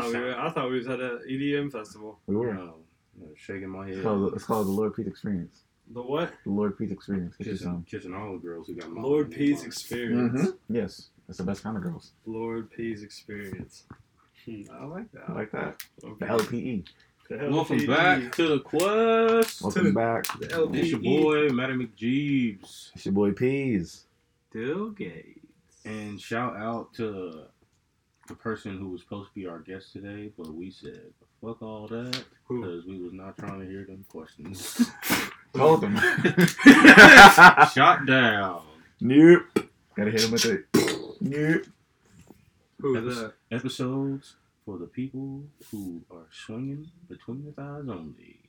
thought we was at an EDM festival. We were. No, no, Um, shaking my head. It's called, it's called the Lord Peace Experience. The what? The Lord Peace Experience. Get your kissing, some. kissing all the girls who got my Lord Mm-hmm. P's experience. Mhm. Yes, it's the best kind of girls. Lord P's experience. Hmm, I like that. I like that. The Okay. LPE. The Welcome LPE. back to the quest. Welcome back. The It's your LPE. boy, Matty McJeebs. It's your boy Peas. Bill Gates. And shout out to the person who was supposed to be our guest today, but we said fuck all that Who? Uh, because we was not trying to hear them questions. Told them. Shot down. nope. Gotta hit him with it. Nope. Who Epis- the? Episodes for the people who are swinging between the thighs only.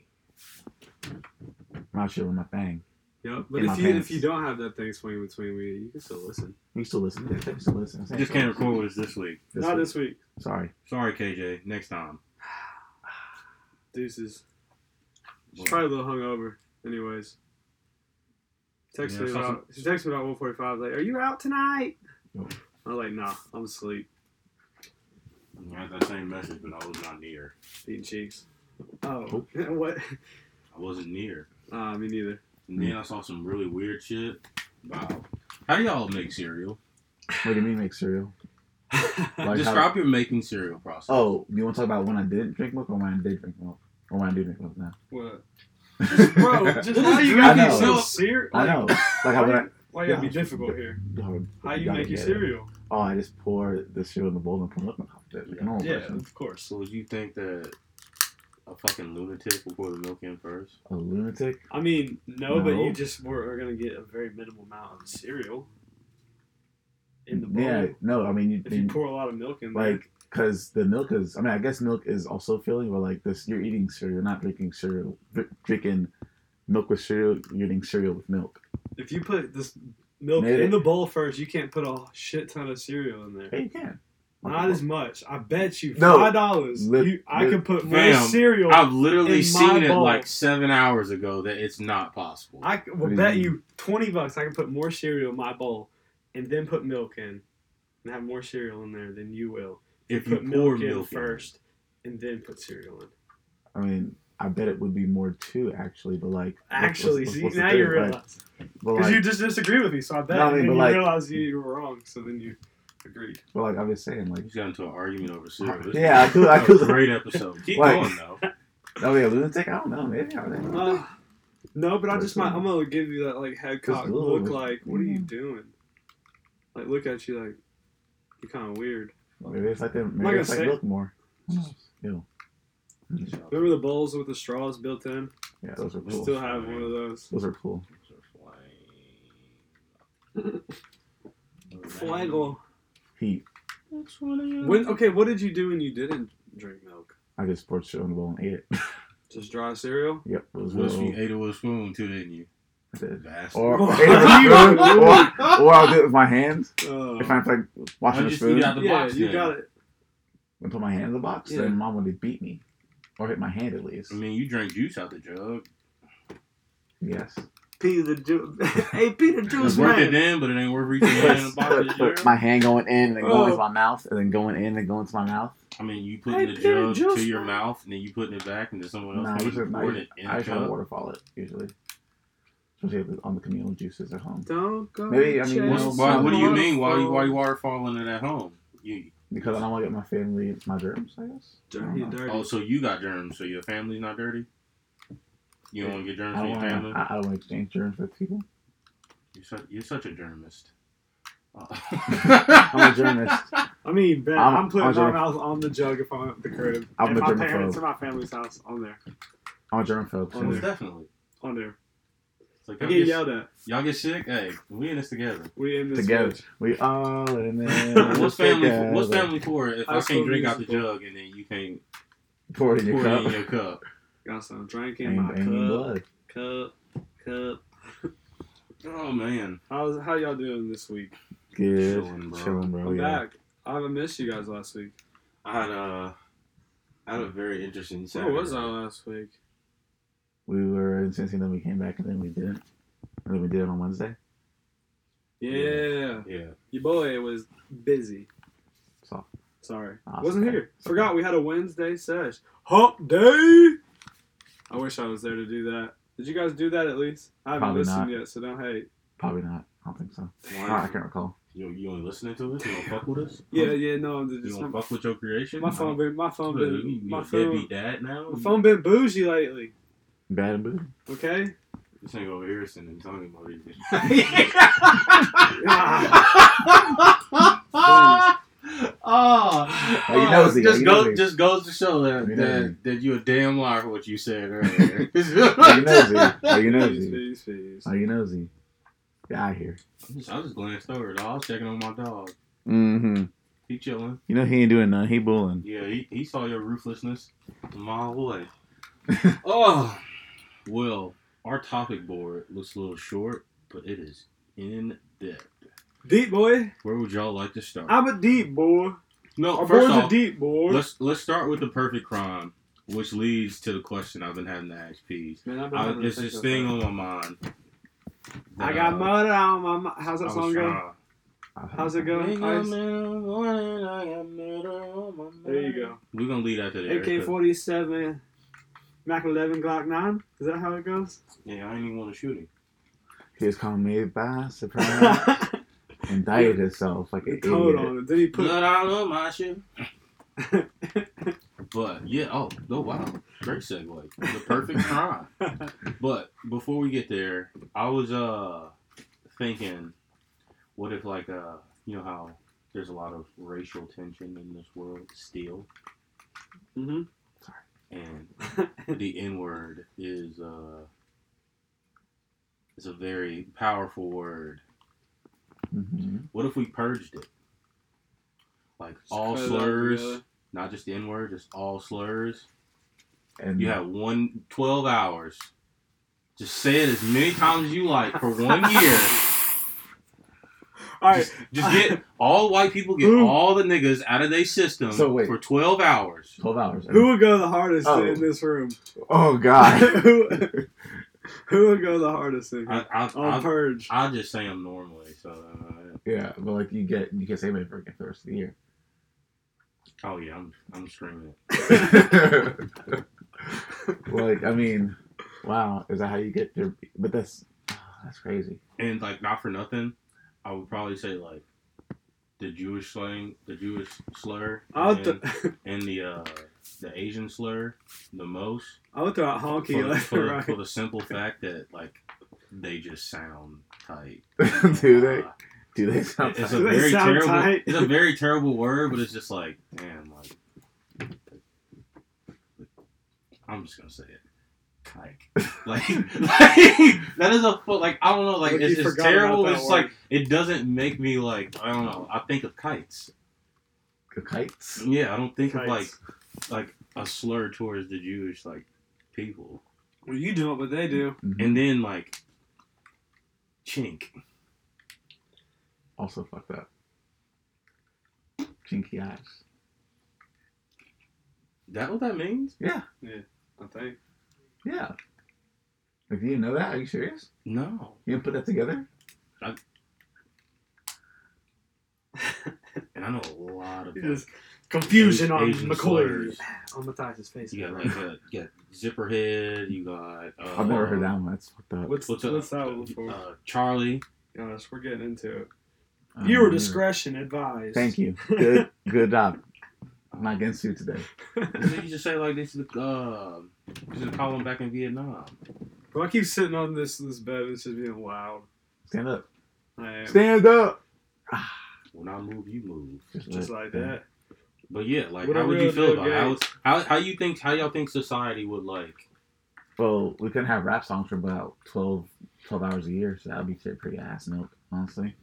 I'm out here with my thing. Yep. But In my if you pants. if you don't have that thing swinging between we, you can still listen. You still listen. You still listen. I'm saying- Just can't record with us this week. This Not week. this week. Sorry. Sorry, KJ. Next time. Deuces. She's Well, probably a little hungover. Anyways. Text Yeah, me I saw about she texted me about one forty five like, Are you out tonight? No. I was like, nah, I'm asleep. I had that same message, but I was not near. Eating cheeks. Oh. Nope. what? I wasn't near. Uh, me neither. And then I saw some really weird shit. Wow. How do y'all make cereal? What do you mean make cereal? Like how- Describe your making cereal process. Oh, you want to talk about when I didn't drink milk or when I did drink milk? Or when I do drink milk now? What? Bro, just how you I make know. yourself serious? I know. Like, I, Why, when I, you- why you gotta be difficult here? Dog, How you gotta make your get it. cereal? Oh, I just pour the cereal in the bowl and put milk on top of it. Like a normal Yeah, person. of course. So would you think that a fucking lunatic will pour the milk in first? A lunatic? I mean, no, but No. you just were are gonna get a very minimal amount of cereal in the bowl. Yeah, no, I mean, you, If you pour a lot of milk in there, like, because the milk is, I mean, I guess milk is also filling, but like this, you're eating cereal, not drinking cereal. Dr- drinking milk with cereal, you're eating cereal with milk. if you put this milk Made in it. the bowl first, you can't put a shit ton of cereal in there. Hey, you can. Not as much. I bet you No. five dollars. Lit- you I lit- could put more Fam, cereal. I, I've literally In my seen it bowl. like seven hours ago that it's not possible. c- What do will you bet mean? you twenty bucks I can put more cereal in my bowl, and then put milk in, and have more cereal in there than you will. if you put pour milk, milk, in in. first, and then put cereal in. I mean, I bet it would be more too, actually, but like. what's- Actually, what's- see what's the now you theory? Like, realize but, because like- you just disagree with me. So I bet No, I and mean, then but you like- realize you, you were wrong. So then you agreed. but like I was saying, like We just got into an argument over cereal. This Yeah, was I could- I a could- Great episode. Keep Like- going though. Oh yeah, lunatic. I don't know. Maybe I don't know. Uh, no, but I just might. I'm gonna give you that like Hadcock Just a little look. bit. Mm-hmm. Like, what are you doing? Like, look at you. Like, you're kind of weird. Maybe if I can, Like maybe I if I said- look more. Ew. Remember the bowls with the straws built in? Yeah, those are I cool. still have one of those. Those are cool. Flagel. Heat. When? Okay, what did you do when you didn't drink milk? I just poured shit on the bowl and ate it. Just dry cereal. yep. It was Wish you real. ate it with a spoon too, didn't you? I did. Bastard. Or, What? ate it with a spoon, or, or I'll do it with my hands. Oh. If I'm like I washing the just eat spoon it out the yeah, box. you then. got it. and put my hand in the box, Yeah. then mom would beat me. Or hit my hand at least. I mean, you drank juice out the jug. Yes. Pee the juice. hey, pee the It's juice, worth man. it then, but it ain't worth reaching in the But, box of but, the but my jug. hand going in and then Oh. going into my mouth and then going in and going into my mouth. I mean, you putting Hey, the Peter, jug juice, to your man. mouth, and then you putting it back into someone Nah, else. these you are my- pouring it in I a try to cup. waterfall it usually. Especially if it's on the communal juices at home. Don't go. Maybe, I mean, chasing What's, Well, why, what do you waterfall. mean? Why you why you waterfalling it at home? You, Because I don't want to get my family my germs, I guess. I don't Dirty, know. dirty. oh, so you got germs, so your family's not dirty. You don't want to get I germs from don't your family. want to. I, I don't want to exchange germs with people. You're such, you're such a germist. Oh. Uh, I'm a germist. I mean, Ben, I'm- I'm, putting I'm my germ- mouth on the jug if I'm at the crib. I'm and a my germaphobe. parents and my family's house on there. I'm a germphobe. Oh, So Honest. definitely. On there. It's like, I y'all get get, yelled at. y'all get sick. Hey, we in this together. We in this together, bitch. we all in there. What's family? together. What's family for? If I, I can't still drink use out the the book. jug and then you can't Pour it in your pour it in cup. your cup. Got some drinking Ain't, my ain't any cup, blood. cup, cup. Oh man, How's how y'all doing this week? Good. Chillin', bro. Chilling, bro. I'm yeah. back. I haven't missed you guys last week. I had a, I had a very interesting. Where Saturday. was I last week? We were in Cincy, then we came back, and then we didn't. And then we did it on Wednesday. Yeah, Yeah, your boy was busy. So Sorry. Ah, Wasn't okay. here. Forgot we had a Wednesday sesh. Hump day! I wish I was there to do that. Did you guys do that at least? I haven't Probably listened not. yet, so don't hate. Probably not. I don't think so. Why? Ah, I can't recall. You, you only listening to us? You don't fuck with us? Yeah, yeah, no, I'm You just, don't fuck with your creation? my phone been, my phone Look, you, been, you my a phone, deadbeat dad now? my phone been bougie lately. Bad and boo. Okay. This nigga over here sending Tony about everything. Ah. oh, Well, you know, Z, just you know go, me. just goes to show that You know me. that, that you a damn liar for what you said earlier. Are you nosy? Are you Please, nosy? please, please. Are you nosy? Get out of here. I just, I just glanced over. Dog. I was checking on my dog. Mm-hmm. He chilling. You know he ain't doing nothing. He bullying. Yeah, he, he saw your ruthlessness a mile away. oh, well, our topic board looks a little short, but it is in depth. Deep boy. Where would y'all like to start? I'm a deep boy. no, Our Oh, first boy's off, a deep boy. Let's let's start with the perfect crime, which leads to the question I've been having to ask P. Man, I've been I, having to it's think this of thing that. on my mind. I got my. murder on my mind. How's that song go? How's it go? Ice? There you go. We're gonna leave that to there. AK 'cause- forty seven, Mac eleven, Glock nine. Is that how it goes? Yeah, I didn't even want to shoot him. He was caught me by surprise Hold and dieted himself like an idiot. on. Did he put? But I love my shit. But yeah, oh, oh wow, great segue. The perfect crime. But before we get there, I was uh thinking, what if like uh you know how there's a lot of racial tension in this world still, hmm and the N word is uh is a very powerful word. Mm-hmm. What if we purged it? Like all cut it out slurs, together. not just the N word, just all slurs. And You have one 12 hours. Just say it as many times as you like for one year. All right. Just get all white people get Who- all the niggas out of their system So wait. for 12 hours. twelve hours. Who would go the hardest Oh. in this room? Oh God. who, who would go the hardest in here? I, I, Oh, on I, purge? I just say them normally. So, uh, yeah, but like you get you can't save it for the rest of the year. oh yeah, I'm, I'm screaming it. like I mean, wow, is that how you get your? But that's ah, that's crazy. And like, not for nothing, I would probably say like the Jewish slang, the Jewish slur, I and, would, th- and the uh, the Asian slur the most. I would throw out for, honky the- left for, and the- right. for the simple fact that like they just sound tight. do they? Uh, Do they sound? it's a Do they very sound terrible. tight? It's a very terrible word, but it's just like damn, like. I'm just gonna say it. Kike. Like, like that is a fu- like I don't know like Look, it's, you it's forgot about terrible. that It's word. like it doesn't make me like I don't know. I think of kites. The kites. Yeah, I don't think of like Kites. like a slur towards the Jewish like people. Well, you do it, but they do. Mhm. And then like chink. Also, fucked up. Chinky eyes. That what that means? I think. Yeah. If you didn't know that, are you serious? No. You didn't put that together? And I know a lot of It like, is confusion Asian- on Asian McCoy. slurs. On Matthias's face. You got like a, you got zipper head. You got. Uh, I've never heard that one. That's fucked up. What's, What's what's, up? that one for? Uh, Charlie. Gosh, we're getting into it. Uh-huh. Um, Viewer discretion advised. Thank you. Good, good job. I'm not against you today. you just say like this is the uh, this is Colin back in Vietnam. Bro, I keep sitting on this this bed and it's just being loud. Stand up. I am. Stand up. When I move, you move. just like that. But yeah, like What a how would real you feel deal about it? how how how you think how y'all think society would like? Well, we couldn't have rap songs for about 12, 12 hours a year, so that'd be pretty- pretty ass milk, honestly.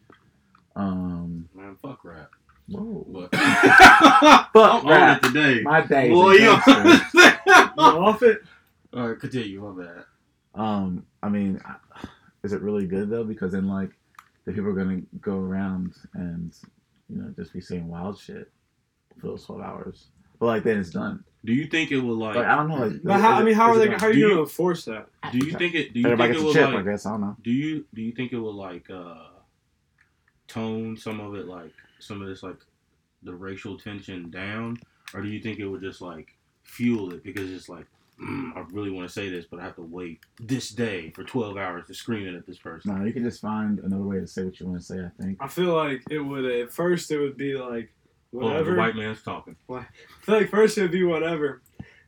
Um, Man, fuck rap. whoa. But Oh, Fuck I'm on rap. it today. My day. Boy, is a you- gangster. You off it? All right, continue. My bad. Um, I mean, I- is it really good though? Because then, like, the people are gonna go around and you know just be saying wild shit for those twelve hours. But like, then it's done. Do you think it would like? Like, I don't know. Like, But how, I mean, how are they? How are Do you you- gonna enforce that? do you think it? Do you Everybody think it gets a would chip, like? I guess. I don't know. Do you do you think it will like uh tone some of it like some of this like the racial tension down, or do you think it would just like fuel it because it's like "Mm, I really want to say this, but I have to wait this day for twelve hours to scream it at this person? No, you can just find another way to say what you want to say. I think. I feel like it would at first it would be like Oh, the whatever. white man's talking. I feel like first it would be whatever,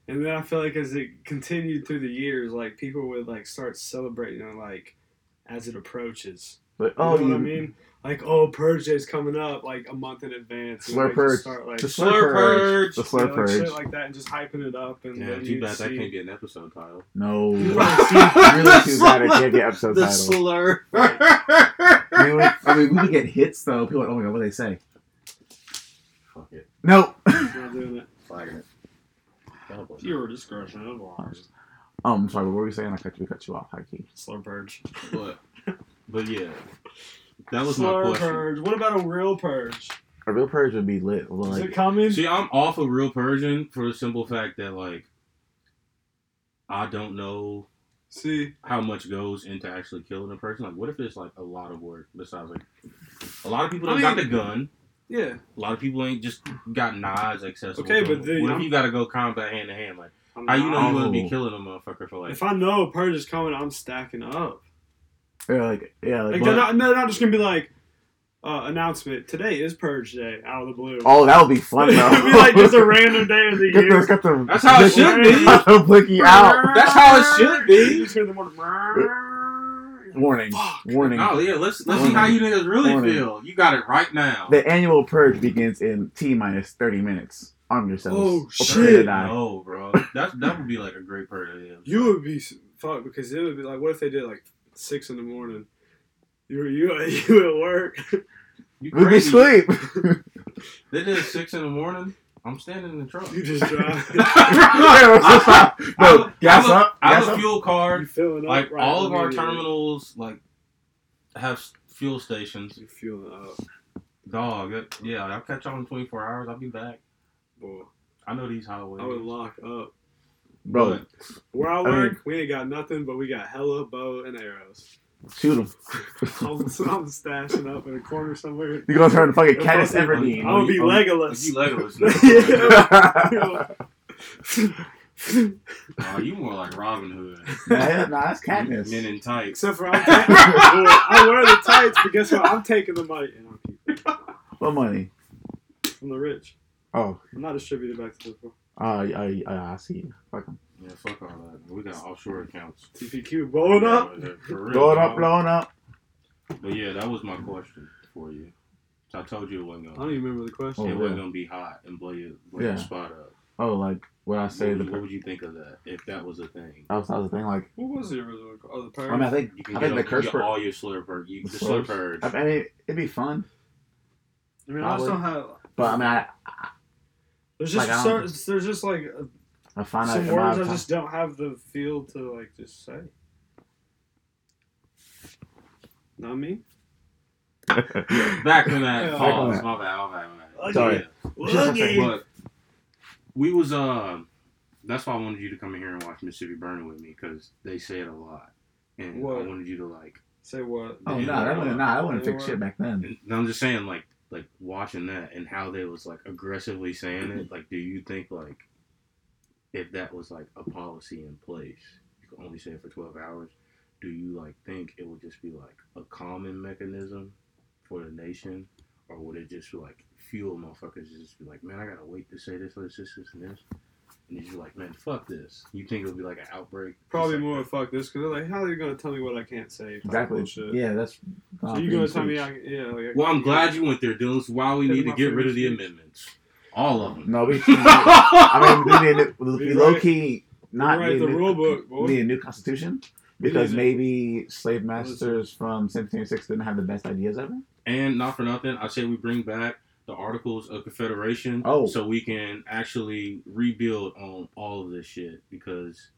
and then I feel like as it continued through the years, like people would like start celebrating it, like as it approaches. But You oh, know you what I mean? Like oh, purge day's coming up like a month in advance. and, Slur like, just purge. Start like The you slur Slur purge. purge. The know, slur like, shit purge. like that, and just hyping it up and Yeah, then too you'd bad that see- can't be an episode title. No. You really wouldn't see- too bad I can't get episode the title. slur. You know, I mean, we could get hits though. People are like, oh my god, what they say? Fuck it. No. not doing it. Fire it. Viewer discretion of ours. Um, I'm sorry. What were we saying? I cut you. We cut you off, Hikey. Slur purge. But, but yeah, that was Slur my question. purge. What about a real purge? A real purge would be lit. Well, Is Like, it coming? See, I'm off of real Persian for the simple fact that like I don't know See, how much goes into actually killing a person. Like, what if it's like a lot of work besides like a lot of people I don't got the mean- gun. yeah. A lot of people ain't just got knives accessible. Okay, to but them. then what if I'm- you got to go combat hand to hand? Like, I'm how you know not- you want to be Oh. killing a motherfucker for like? If I know a purge is coming, I'm stacking up. yeah, like yeah, like. Like well, they're not, they're not just gonna be like, uh, announcement today is purge day out of the blue. oh, that would be fun. it though. would be like just a random day of the Get year. the, get the, That's how it should be. Got the blicky out. That's how it should be. You just hear the word, "Brrrr." Warning. Fuck. Warning. Oh yeah, let's let's see how you niggas really Morning. feel. You got it right now. The annual purge begins in T minus 30 minutes. Arm yourselves. Oh, Or shit. pray to die. No, bro. That that would be like a great part of it. You would be s- fucked because it would be like, what if they did like six in the morning? You were you you at work? You We'd be crazy. asleep. They did it six in the morning. I'm standing in the truck. You just drive. I no, stop. have No, a- I gas have a- up. I have Gas a up. fuel you card. filling up. Like right all of our immediately. terminals, like have s- fuel stations. You filling up, Dog, that- yeah, I'll catch y'all in 24 hours. I'll be back. boy. I know these highways. I would lock up. Bro, Where I mean- work, we ain't got nothing, but we got hella bow and arrows. shoot him. I'm, I'm stashing up in a corner somewhere. You're going to turn fucking If Katniss I'm- Everdeen. I'm gonna be Oh, But Legolas. you Legolas. now, bro. Nah, you more like Robin Hood. nah, nah, that's Men Katniss. in tights. Except for I'm taking, I wear the tights, but guess what? I'm taking the money and I'm keeping it. What money? I'm the rich. Oh, I'm not distributed back to the uh, I, I, I see you. Fuck him. Yeah, fuck all that. We got offshore accounts. TPQ blowing up. For real, Blowing up, dog. blowing up. But yeah, that was my question for you. I told you it wasn't I gonna. don't even remember the question. Oh, it wasn't yeah. gonna be hot and blow your, blow your Yeah. spot up. Oh, like what I say. what, would, The, what that would you think of that if that was a thing? was, that was the thing. Like, What was the original? Oh, the I pirate. mean, I think, You can I get, think the all- you curse get word. all your slur purge. You, the The slur slurs. purge. I mean, it'd be fun, I mean, I I just don't have. but I mean, I, There's Like, just I don't- certain, there's just like uh, I find out some in my words I time- just don't have the feel to like just say. Not me. Oh, Back to that Yeah. pause. My bad. My bad. My bad. Sorry. Yeah. But we was uh, that's why I wanted you to come in here and watch Mississippi Burning with me because they say it a lot, and What? I wanted you to like. Say what? Oh Yeah. no, that wouldn't, nah, that wouldn't Yeah. fix shit back then. And I'm just saying like like watching that and how they was like aggressively saying it. Like, do you think like if that was like a policy in place, you could only say it for 12 hours. Do you like think it would just be like a common mechanism for the nation, or would it just like fuel motherfuckers to just be like, man, I gotta wait to say this, this, this, this, and this. And you're just like, man, fuck this. You think it would be like an outbreak? Just Probably like- more fuck this because like, how are you gonna tell me what I can't say? type Exactly. bullshit. Yeah, that's. uh, So you freedom gonna of tell me? speech. I, yeah. Like, Well, I'm glad you went there, Dylan. It's why we That's need to my get rid of favorite the speech. amendments, all of them. No, we. I I mean, we need, we You're low right. key not right, need the a new- rule book, boy. we need a new constitution because need it. maybe slave masters from 1776 didn't have the best ideas ever. and not for nothing, I say we bring back the Articles of Confederation, Oh. so we can actually rebuild on all of this shit because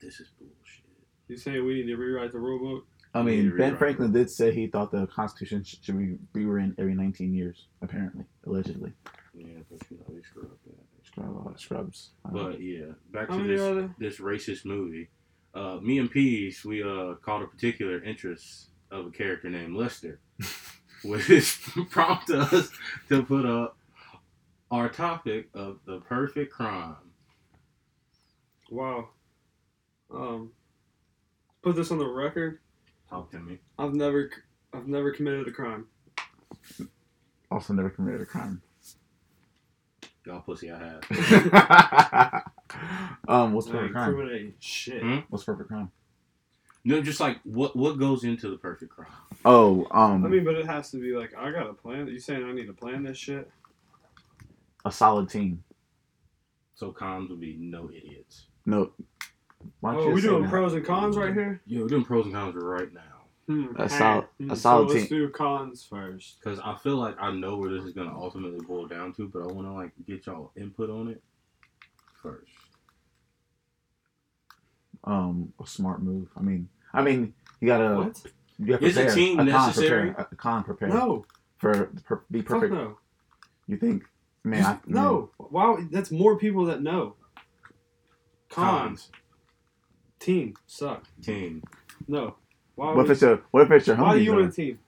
this is bullshit. You saying we need to rewrite the rule book? I We need to mean, Ben rewrite Franklin did say he thought the Constitution sh- should be rewritten every 19 years, apparently, allegedly. Yeah, but you know they screw up that. Scrub, uh, scrubs. I don't know. But yeah, back How to many this are there? this racist movie. Uh, me and Peace, we uh, caught a particular interest of a character named Lester. which prompt us to put up our topic of the perfect crime. Wow. Um, put this on the record. Talk to me. I've never, I've never committed a crime. Also, never committed a crime. Y'all pussy I have. um, what's I perfect ain't crime? incriminating shit. Hmm? What's perfect crime? No, just like what what goes into the perfect crime? Oh, um, I mean, but it has to be like I got a plan. You saying I need to plan this shit? a solid team. So cons would be no idiots. No. Why don't Oh, you we say doing that? pros and cons right here. Yo, we're doing pros and cons right now Hmm. A sol- Hmm, a solid so Let's team. do cons first. because I feel like I know where this is gonna ultimately boil down to, but I want to like get y'all input on it first. um a smart move. I mean, I mean, you gotta What? you gotta Is a prepare. team con necessary? Prepare, a con prepare No, for per, be fuck perfect. no. You think, man? You- I, no. Wow, that's more people that know. Cons. Cons, Team suck. team. No. Why, Man, what if would, it's your what if it's your why do homies? you want though? a team?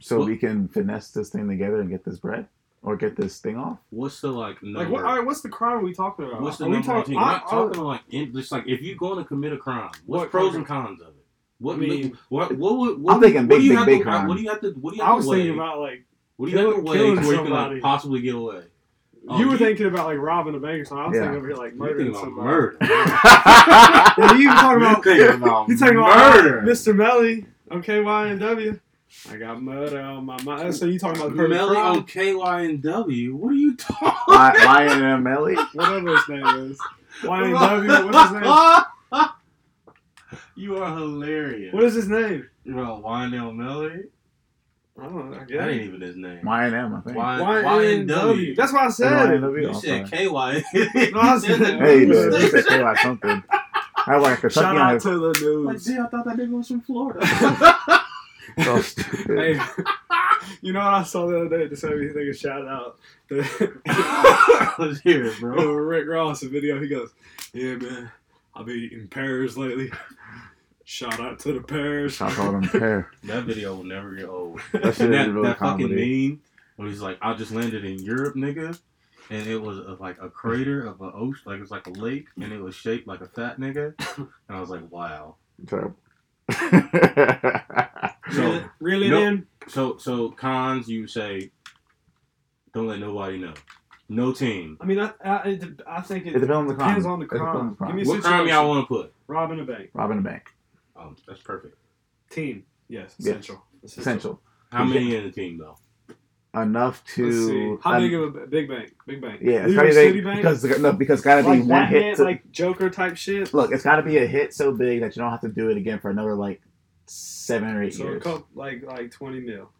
so Well- we can finesse this thing together and get this bread or get this thing off. What's the like number? Like, what, all right, what's the crime we talking about? What's the Are we number? one talking? thing? We're I, not talking like in, just like if you're going to commit a crime, what's What pros crime? and cons of it? What I mean? mean- What what would? What, I'm thinking what big, do you big, have big to, crime. What do you have to? What do you I, have was to weigh? thinking about like what do you have to killing- weigh to killing where you can somebody. like possibly get away? Oh, you were you- thinking about like robbing a bank or something. I was Yeah. thinking over here like You're thinking murdering about somebody. murder. Yeah, you talking about You're thinking about you talking about murder. Mr. Melly on KYNW? I got murder on my mind. So you talking about the perfect Melly crime? on KYNW. What are you talking? Li- Lion and Melly. whatever his name is. YNW, what's his name? You are hilarious. What is his name? you about Wynell Melly? I don't know. I That ain't guess. even his name. Lion and I think. Y- YNW. That's what I said. YNW, You I'm said sorry. KY. No, I said- E? Hey, you dude, you said- said KY something. I like Kentucky on Shout out his to the Like, news. dude, I thought that nigga was from Florida. so stupid. Hey, you know what I saw the other day? Just made me think of shout out. The- Let's hear it, Bro, bro. Rick Ross, a video, he goes, Yeah, man, I've been eating pears lately. Shout out to the pears. Shout out on pair. That video will never get old. That shit And is that really that fucking comedy. meme when he's like, I just landed in Europe, nigga. And it was uh, like a crater of an ocean, like it was like a lake, and it was shaped like a fat nigga. And I was like, wow. Terrible. So, really, Nope. man? so, so cons, you say, don't let nobody know. No team. I mean, I, I, it- I think it, it depends on the crime. depends on the It depends on crime. the crime. Give me a What situation. crime y'all want to put? Robbing a bank. Robbing a bank. Oh, that's perfect. Team. Yes, Yes. essential. Essential. How many in the team though? Enough Let's see. to. How um, big of a b- big bank? Big bank. Yeah, it's New gotta York be City big, bank. because no, because it's gotta be like one Batman, hit. To, like Joker type shit. look, it's gotta be a hit so big that you don't have to do it again for another like seven or eight so a years. couple, like like twenty mil.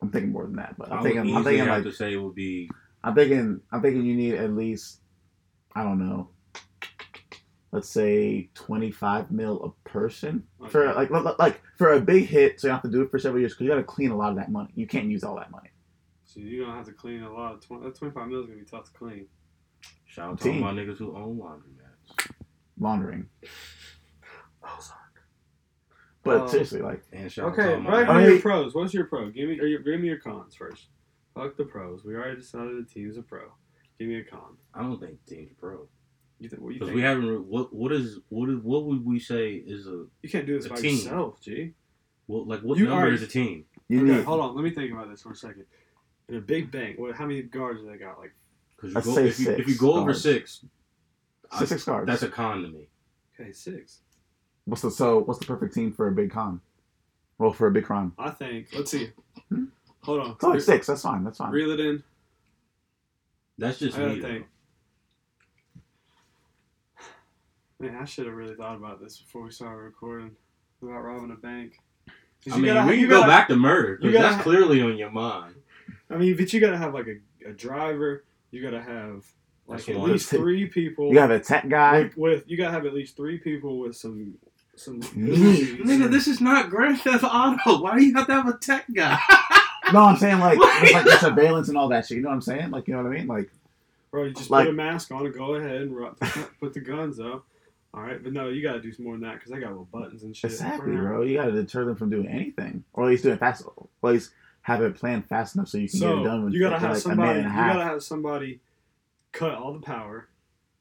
I'm thinking more than that, but I I'm would thinking, I'm easily thinking have to like, say it would be I'm thinking, I'm thinking you need at least, I don't know, let's say 25 mil a person for like li- li- like for a big hit. So you have to do it for several years because you gotta clean a lot of that money. You can't use all that money. So you don't have to clean a lot. Of 20, that twenty five mil is gonna be tough to clean. shout out to all Team. my niggas who own laundry mats Laundering, Oh, sorry. but Um, seriously, like and shout out to Okay, all my right. niggas- What I are your mean- pros? What's your pro? Give me, or your, give me your cons first. Fuck the pros. We already decided the team's a pro. Give me a con. I don't think team's pro You think? What you because think? we haven't. re- What what is what is what would we say is a you can't do this a by team. yourself, G. what like what You number are- is a team? you okay, need. hold on. Let me think about this for a second. In a big bank, what? How many guards do they got? Like, Because I'd you go, say if, you, if six you go over guards. six, I- Six, six cards. that's a con to me. okay, six. What's the so? What's the perfect team for a big con? Well, for a big crime, I think. Let's see. Hmm? Hold on. it's only six. That's fine. That's fine. Reel it in. That's just I gotta me. though. think. Man, I should have really thought about this before we started recording about robbing a bank. 'Cause I you mean, gotta- we you can go gotta- back to murder you because gotta- that's clearly on your mind. I mean, but you gotta have like a, a driver. You gotta have like That's at one. least three people. You got a tech guy. with, with you gotta have at least three people with some some. Nigga, Nigga, this is not Grand Theft Auto. Why do you have to have a tech guy? No, I'm saying like, it's like the surveillance and all that shit. You know what I'm saying? Like, you know what I mean? Like, Bro, you just Like- put a mask on and go ahead and ru- put the guns up. All right, but no, you gotta do some more than that because I got little buttons and shit. exactly, bro. You got to deter them from doing anything, or at least doing fast. Or at least, have it planned fast enough so you can get it done So with you gotta in, have like a somebody. minute You and a half. gotta have somebody cut all the power,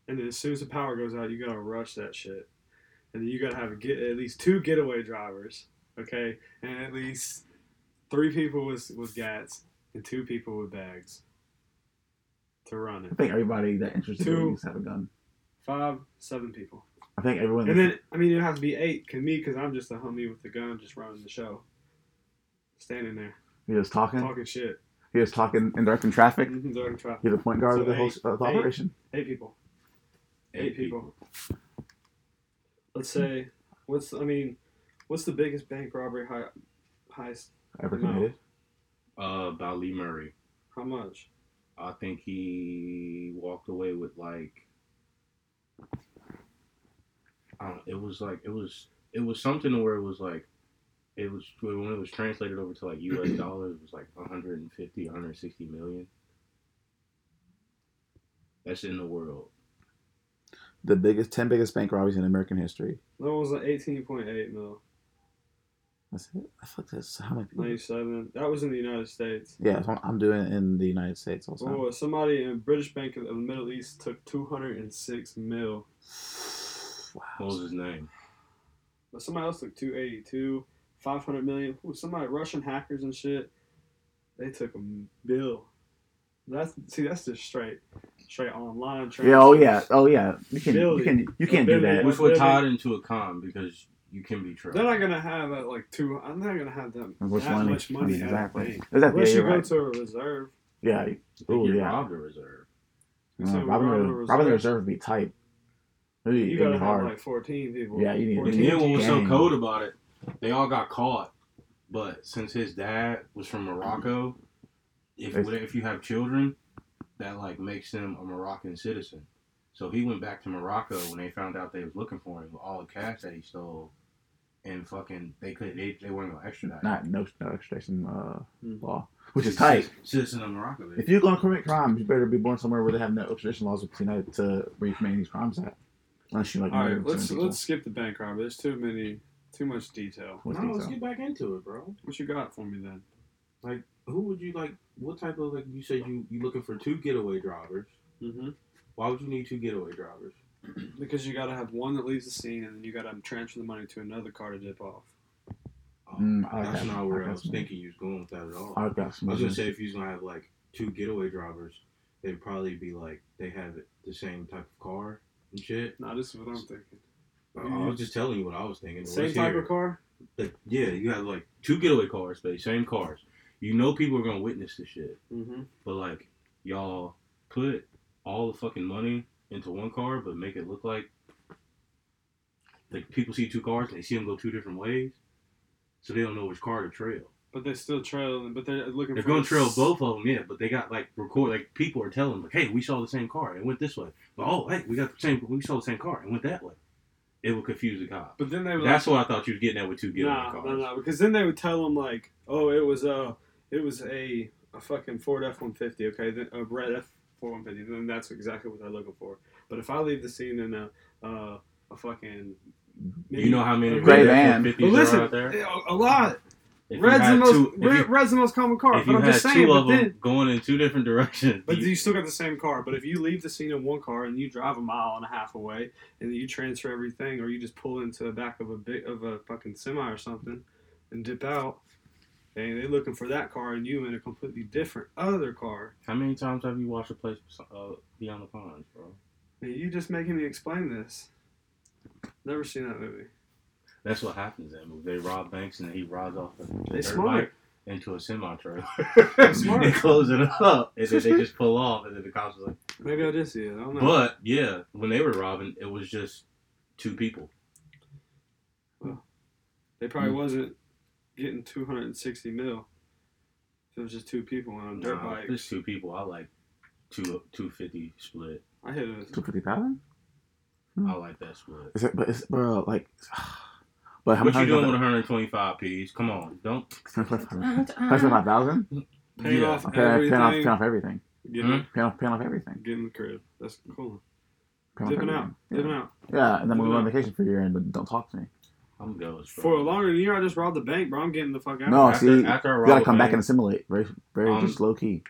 and then as soon as the power goes out, you gotta rush that shit. And then you gotta have a get, at least two getaway drivers, okay, and at least three people with with gats and two people with bags to run I it. think everybody that interested in Two. these have a gun. Five, seven people, I think everyone. and then I mean it has to be eight. Cause me, cause I'm just a homie with the gun, just running the show, standing there he was talking. talking shit, He was talking and directing traffic. during traffic. He's the point guard So of the whole eight- uh, the eight- operation. Eight people. eight people. Let's say, what's I mean, what's the biggest bank robbery hei- heist? Ever No. committed? Uh, by Lee Murray. How much? I think he walked away with like, I don't know, it was like it was it was something to where it was like, it was when it was translated over to like U.S. dollars it was like 150, 160 million. That's in the world. The biggest ten biggest bank robberies in American history. That was like eighteen point eight mil, That's it. I thought that's how many. People? ninety seven. That was in the United States. Yeah, so I'm- I'm doing it in the United States also. Oh, somebody in British Bank of the Middle East took two hundred and six mil, What was Wow. his name? but somebody else took two eighty two, five hundred million. Ooh, somebody Russian hackers and shit, they took a m- bill. That's see, that's just straight, straight online. Yeah. Oh transfers. yeah. Oh yeah. You can. You Billion. can. You can't do billion. that. Which would tied into a con because you can be They're trapped. not gonna have that like two. I'm not gonna have them Which that money? much money. exactly. Exactly. Exactly. Yeah, Unless you you're go right. to a reserve. yeah. Ooh, you yeah. robbed a reserve. No, So Robin, Robin Robin, Reserve- the Reserve would be tight. It'd be, You it'd gotta be have hard. like 14 people. Yeah, you need- And 14 then what was teams. so Dang. cold about it, they all got caught. But since his dad was from Morocco, if It's- if you have children, that like makes them a Moroccan citizen. So he went back to Morocco when they found out they was looking for him with all the cash that he stole, and fucking they could they, they weren't gonna extradite. him. Not no, no extradition uh, Mm. law, which is He's tight. cit- Citizen of Morocco. If Baby. you're gonna commit crimes, you better be born somewhere where they have no extradition laws with United to where you commit these crimes at. Unless you like. All murder right, let's certain people. let's skip the bank robbery. There's too many, too much detail. With detail. back into it, bro. What you got for me then? Who would you like? What type of like? You said you you looking for two getaway drivers. Mm-hmm. Why would you need two getaway drivers? Because you gotta have one that leaves the scene, and then you gotta transfer the money to another car to dip off. Oh, Mm, I like that's that. not where I, I like was that. thinking you was going with that at all. I've got I some. was gonna others. say if you was gonna have like two getaway drivers, they'd probably be like they have the same type of car and shit. Now this is what I'm thinking. I was just telling you what I was thinking. Same What's type here? of car. Like, yeah, you have like two getaway cars, but same cars. You know people are gonna witness this shit, Mm-hmm. but like y'all put all the fucking money into one car, but make it look like like people see two cars and they see them go two different ways, so they don't know which car to trail. But they're still trailing. But they're looking. They're for going the to trail s- both of them, yeah. But they got like record, like people are telling them, like, "Hey, we saw the same car. It went this way." But oh, hey, we got the same. We saw the same car. It went that way. It would confuse the cop. But then they were like, That's what I thought you was getting at with two getaway No, cars. no, no. Because then they would tell them like, oh, it was a, it was a, a fucking Ford F one fifty. Okay, then a red F four one fifty. Then that's exactly what they're looking for. But if I leave the scene in a, uh, a fucking, You know how many Gray red van. But F-150s listen, are out there? a, a lot. If you red's the had most, two, if red, you, red's the most common car. if But you I'm had just saying. two But of them then, going in two different directions, but you- you still got the same car. But if you leave the scene in one car and you drive a mile and a half away, and you transfer everything, or you just pull into the back of a bit of a fucking semi or something, and dip out, and they're looking for that car, and you in a completely different other car. how many times have you watched a place uh, beyond the pines, bro? Man, you just making me explain this. Never seen that movie. That's what happens in that movie. They rob banks and he rides off. the They dirt smart. bike into a semi trailer. smart. They close it up, and then they just pull off, and then the cops was like. Maybe I did see it. I don't know. But yeah, when they were robbing, it was just two people. they probably wasn't getting 260 mil. If it was just two people on a dirt Nah, bike. just two people. I like two two fifty split. I hit a two fifty thousand. I like that split. Is it? But it's, bro, like. But how what much you doing with 125 P's? Come on, don't. Twenty-five thousand. paying Yeah. off Paying off, everything. paying off, paying off everything. Hmm? Getting, Paying off, paying off everything. getting the crib. That's cool. Paying off Dipping everything. out. Yeah. Dipping out. Yeah, and then we'll go on Yeah. vacation for a year and don't talk to me. I'm ghost. Bro. For a longer than a year, I just robbed the bank, bro. I'm getting the fuck out. No, after, Oh, see, after I You rob gotta a come back bank- and assimilate. Very, very Um, just low key.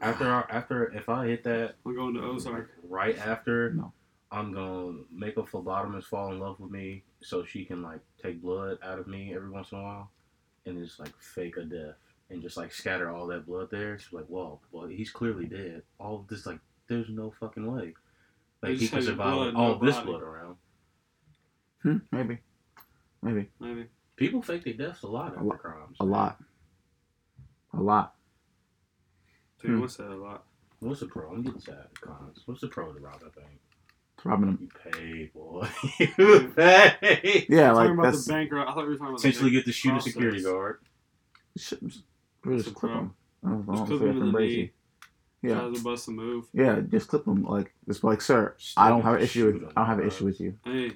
after I- after if I hit that I'm going to Ozark. right after, No. I'm gonna make a phlebotomist fall in love with me so she can like take blood out of me every once in a while, and just like fake a death and just like scatter all that blood there. She's like, "Whoa, well he's clearly dead. All of this like, there's no fucking way, like They he just can had survive blood, with all no this body. blood around." Hmm, maybe, maybe Maybe. People fake their deaths a lot A after lot. crimes. a lot, a lot. Dude, Hmm. what's that a lot? What's the pro? I'm getting sad. Crimes. What's the pro to rob that bank? It's robbing them. You pay, boy. you pay. Yeah, talking like about that's the bank. Right? I thought we were talking about Essentially, the get to shoot a security Process. guard. shit, just- really It's just a clip them. crime. I don't, I Just don't clip say him in nothing the crazy. knee. Yeah. Yeah, Tries to bust a move. yeah, just clip them. Like just like, sir, I don't have an issue with. I don't have an uh, issue with you. Hey,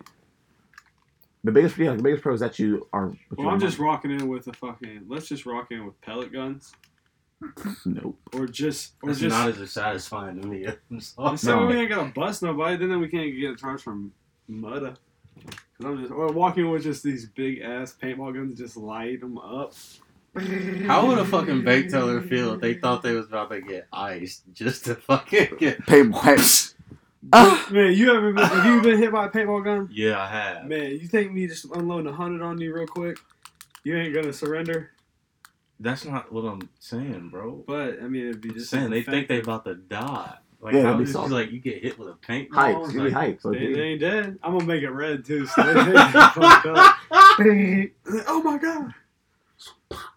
The biggest, yeah, the biggest pro is that you are. with well, your I'm just money. rocking in with a fucking. Let's just rock in with pellet guns, nope. or just, or That's just. not as satisfying to me. I'm sorry. Instead No. we ain't gonna bust nobody, then we can't get charged from mudda. Cause I'm just or walking with just these big ass paintball guns, just light them up. How would a fucking bank teller feel if they thought they was about to get iced just to fucking get? Pay more. Ah! Man, you haven't been, have you been hit by a paintball gun? Yeah, I have. Man, you think me just unloading a hundred on you real quick? You ain't gonna surrender. That's not what I'm saying, bro. But I mean, it'd be I'm just just saying they think they effective. about to die. Like Yeah, how that'd be is it soft. like you get hit with a paintball? Hype. It's Give me like- hype. So They, give they me- ain't dead. I'm gonna make it red too. So they- they fucked up. oh my god,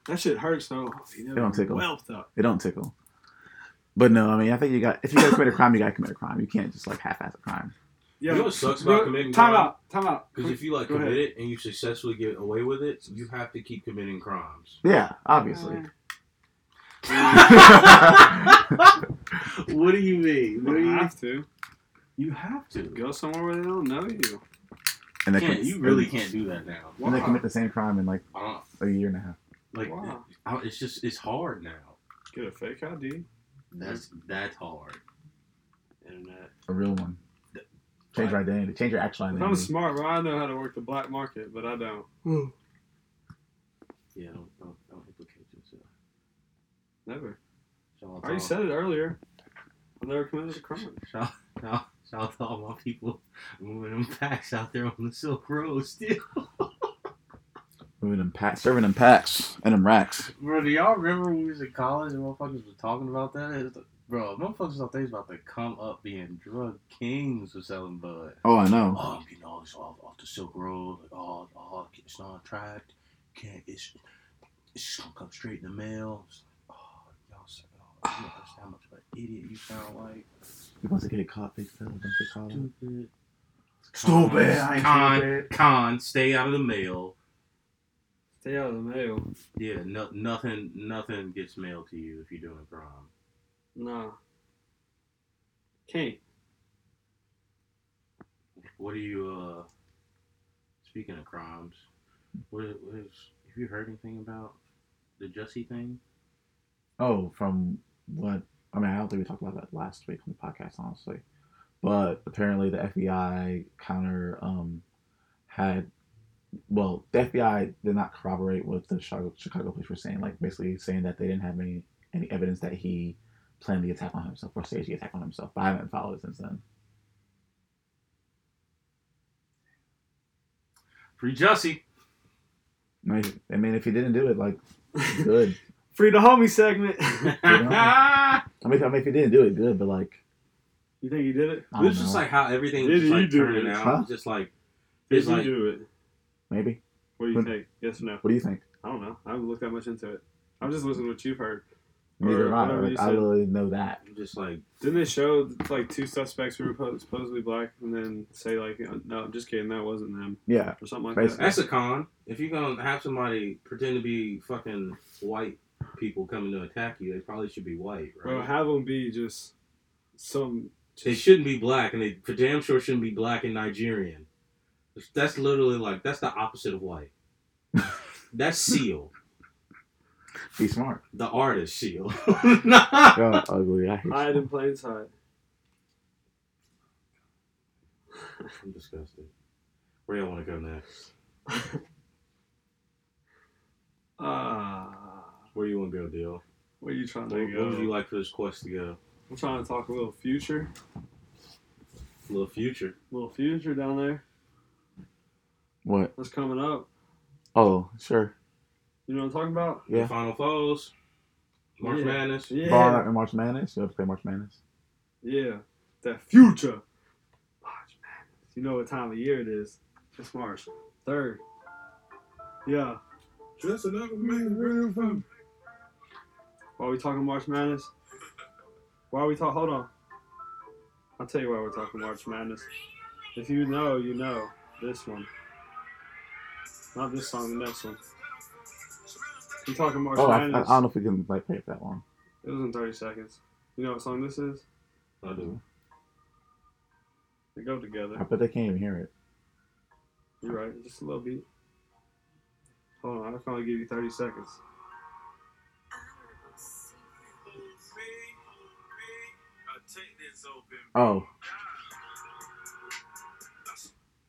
that shit hurts though. You know, It don't tickle. Well, though. It don't tickle. But no, I mean, I think you got. If you gotta commit a crime, you gotta commit a crime. You can't just like half-ass a crime. Yeah. You know what sucks about committing time crime? out. Time out. Because if you like Go commit ahead. it and you successfully get away with it, you have to keep committing crimes. Yeah, obviously. Mm. what do you mean? What do You you? have to You have to. go somewhere where they don't know you. and they Can't, commit- you really can't do that now. And they Wow. commit the same crime in like I don't- a year and a half. Like Wow. I- it's just it's hard now. Get a fake ID. That's that's hard. Internet. A real one. Change your identity. Change your actual If identity. I'm smart, bro. I know how to work the black market, but I don't. Yeah, don't don't, don't implicate yourself. Never. Shout I already out said it earlier. I never committed a crime. Shout, shout, shout out to all my people moving them packs out there on the Silk Road still. Moving them packs, serving them packs and them racks. Bro, do y'all remember when we was in college and motherfuckers were talking about that? It's like, bro, motherfuckers thought they was about to come up being drug kings for selling bud. Oh, I know. Oh, I'm getting all this off, off the Silk Road. Like, oh, oh, it's not tracked. Can't, it's, it's just gonna come straight in the mail. It's like, oh, y'all, suck it all. you don't understand how much of an idiot you sound like. You want to get caught, big fella? Don't get caught. out. Stupid. Stupid, I ain't Con, stupid. con, stay out of the mail. Stay out of the mail. Yeah, no, nothing, nothing gets mailed to you if you're doing crime. No. Can't. What do you? uh Speaking of crimes, what is, what is? Have you heard anything about the Jussie thing? Oh, from what? I mean, I don't think we talked about that last week on the podcast, honestly. But apparently, the FBI counter um, had, well, the FBI did not corroborate what the Chicago, Chicago police were saying. Like basically saying that they didn't have any any evidence that he planned the attack on himself or staged the attack on himself. But I haven't followed since then. Free Jussie. I mean, I mean, if he didn't do it, like good. Free the homie segment. I mean, if, I mean, if he didn't do it, good. But like, you think he did it? I It don't was know. just like how everything Did was just you like do turning this, out. huh? It was just like Did it's he like do it? maybe. What do you But- think? Yes or no? What do you think? I don't know. I haven't looked that much into it. I'm just listening to what you've heard. Neither Or am I. whatever you Like, I said. literally know that. I'm just like Didn't they show like two suspects who were po- supposedly black, and then say like, uh, "No, I'm just kidding, that wasn't them," Yeah, or something like Basically. that's a con. If you're gonna have somebody pretend to be fucking white people coming to attack you, they probably should be white, that. right? Bro, have them be just some. they shouldn't be black, and they for damn sure shouldn't be black and Nigerian. That's literally like that's the opposite of white. that's Seal, be smart. the artist Seal. Yo, ugly. I hate Hide you. in plain sight. I'm disgusted. Where y'all want to go next? Ah, Where you want to go, Deal? where you trying Where, to where would you go? like for this quest to go? I'm trying to talk a little future, Little future. little future down there. What? What's coming up? Oh, sure. You know what I'm talking about? Yeah. Final Foes. March Yeah. Madness. Yeah, Ball Night and March Madness. You ever play March Madness? yeah, that future. March Madness. You know what time of year it is? It's March third. Yeah. Just another man running from Why are we talking March Madness? Why are we talking? Hold on. I'll tell you why we're talking March Madness. If you know, you know this one. Not this song, the next one. We're talking March Oh, I, I, I Madness. don't know if we can like play it that long. It was in 30 seconds. You know what song this is? I do. They go together. I bet they can't even hear it. You're right. Just a little beat. Hold on. I can only give you 30 seconds. Oh,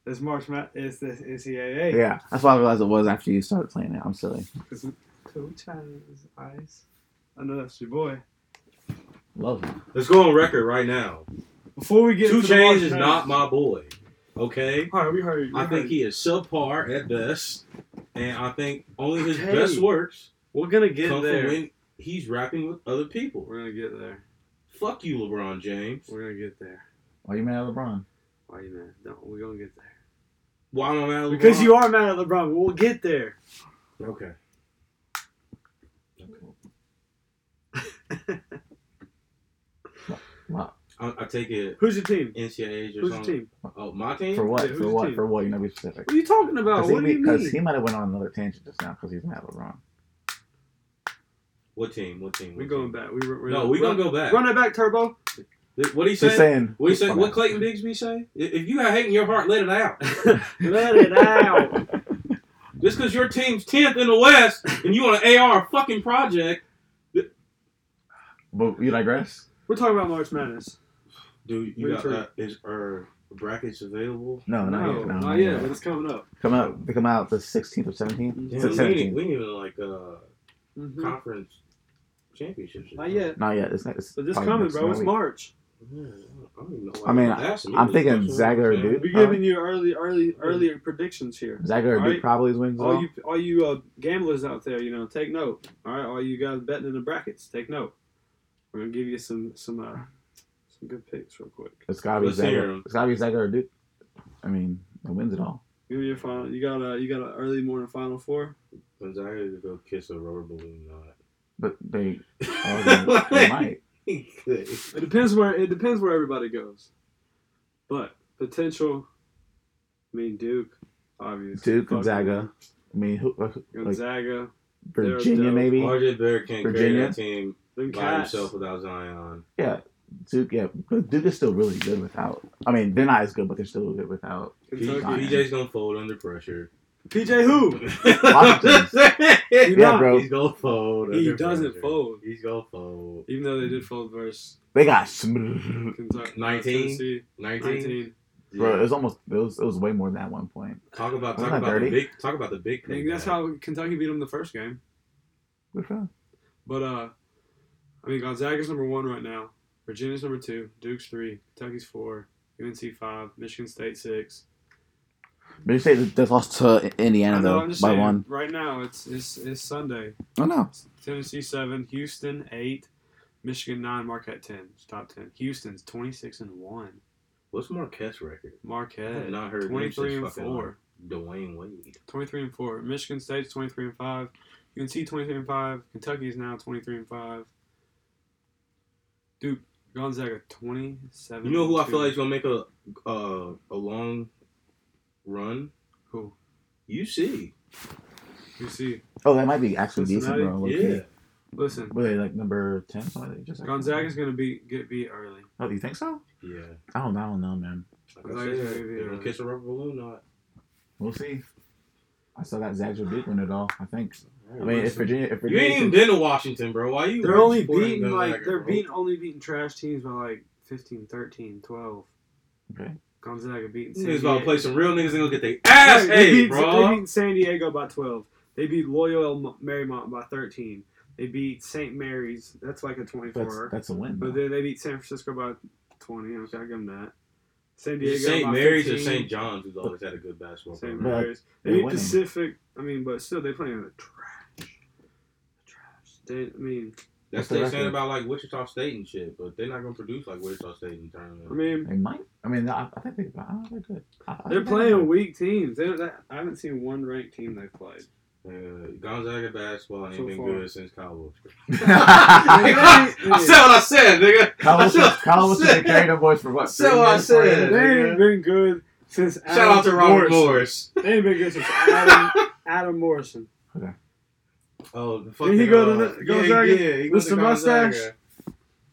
It's March Madness. It's the NCAA. yeah. That's why I realized it was after you started playing it. I'm silly. Coach has eyes. I know that's your boy. Love it. Let's go on record right now. Before we get Two to the March Chainz is Madness- not my boy. Okay. All right, we heard. you. We I heard think you. he is subpar at best, and I think only his Hey, best works We're gonna get come there. from when he's rapping with other people. We're gonna get there. Fuck you, LeBron James. We're gonna get there. Why you mad at LeBron? Why you mad? No, we're gonna get there. Why am I mad at LeBron? Because you are mad at LeBron, but we'll get there. Okay. Wow. I, I take it Who's your team? NCAA's or Who's your something. team? Oh, my team. For what? Yeah, For who's what? team? For what? You know, be specific. What are you talking Because about? he, What do you may- 'cause he mean? might have went on another tangent just now because he's mad at LeBron. What team? What team? We're What team? going back. We, we're, No, we run, gonna go back. Run it back, Turbo. Th- What he She's say? saying. What he say? What Clayton Bigsby say? I- If you got hate in your heart, let it out. Let it out. Just because your team's tenth in the West and you want an AR fucking project, But you digress. We're talking about March Madness. dude, you you got, got uh, is are brackets available? No, not no, yet. No, not not yet, yet. but it's coming up. Come out. They come out the 16th or 17th. Mhm. Yeah, It's the we, ain't, 17th. we ain't even like uh, Mhm. conference championships. Not yet, Not yet. It's, it's but it's probably coming, next bro. It's week. March. Yeah, I don't even know. I mean, I'm thinking Zagar Zagger, Duke. We're Huh? giving you early, early, earlier predictions here. Zagger All Duke right. probably wins. it All all. you, all you uh, gamblers out there, you know, take note. All right, all you guys betting in the brackets, take note. We're gonna give you some, some, uh, some good picks real quick. It's gotta be Let's hear Zagger. him. It's gotta be Zagger or Duke. I mean, it wins it all. Give me your final. You got a, you got an early morning final four. When Zaire go kiss a rubber balloon But they, are gonna- knot. they might. It depends where it depends where everybody goes, but potential. I mean Duke, obviously. Duke and Fuck it. Zaga. I mean, who, uh, Gonzaga, They're Virginia dope. maybe. RJ Barrett can't carry Virginia? that team them by cats. himself without Zion. Yeah, Duke. Yeah, but Duke is still really good without. I mean, they're not as good, but they're still good without. Kentucky. Zion. PJ's gonna fold under pressure. PJ who? He's Yeah, bro. gonna fold. He under doesn't pressure. fold. He's gonna fold. Even though they did fold versus They got smooth. Kentucky, 19? Tennessee, 19. nineteen. Bro, it was almost. It was. It was way more than that at one point. Talk about Wasn't talk that about dirty? the big talk about the big. I think that's comeback. how Kentucky beat them the first game. Good for them. But uh, I mean Gonzaga's number one right now. Virginia's number two. Duke's three. Kentucky's four. UNC five. Michigan State six. But you say that they lost to Indiana I know, though I'm just by saying, one. Right now it's it's it's Sunday. Oh no. Tennessee seven, Houston eight, Michigan nine, Marquette ten. It's top ten. Houston's twenty six and one. What's Marquette's record? I have Marquette not heard twenty three him and since fucking, four. like, Dwayne Wade. Twenty three and four. Michigan State's twenty three and five. UNC twenty three and five. Kentucky's now twenty three and five. Duke Gonzaga twenty seven. You know who I feel like is gonna make a uh, a long run? Who? UC. You see. Oh, that might be actually Cincinnati? decent, bro. Yeah. Yeah. Listen, Were they like number ten? Something like that? just Gonzaga's gonna be get beat early. Oh, you think so? Yeah. I don't. I don't know, man. Like Like, I said, maybe, they gonna uh, kiss a rubber balloon. Not. We'll see. I still got Zags or Duke win it all. I think. I mean, if Virginia, if you Virginia, ain't even been to Washington, bro. Why you? They're only supporting beating Gonzaga, like they're bro? beating only beating trash teams by like 15, 13, 12. Okay. Gonzaga beating San Niggas Diego. about to play some real niggas and gonna get their ass They ate, beat- They bro. beat San Diego by 12. They beat Loyola Marymount by 13. They beat St. Mary's. That's like a 24. That's that's a win. But though. then they beat San Francisco by 20. Okay, I give them that. San Diego St. by Mary's or 15. St. John's, who's always had a good basketball St. program. But Mary's. They they're beat winning. Pacific. I mean, but still, they playing the trash. Trash. They, I mean, That's That's the what they're saying record. about like Wichita State and shit, but they're not gonna produce like Wichita State in the I tournament. mean, They might. I mean, I, I think they. I don't think they're good. I- I they're think playing weak teams. They, don't- I haven't seen one ranked team they've played. Uh, Gonzaga basketball ain't So been far. good since Kyle Wilcher. Kyle I said what I said, nigga. I was said- Kyle was said- carrying the boys for what? said three what I years before said. that? They ain't been good since Shout out to Robert Morrison. Morris. They ain't been good since Adam, Adam Morrison. Oh, the Did he go to the- Gonzaga? Yeah, yeah, he goes Mr. to Gonzaga. Mustache?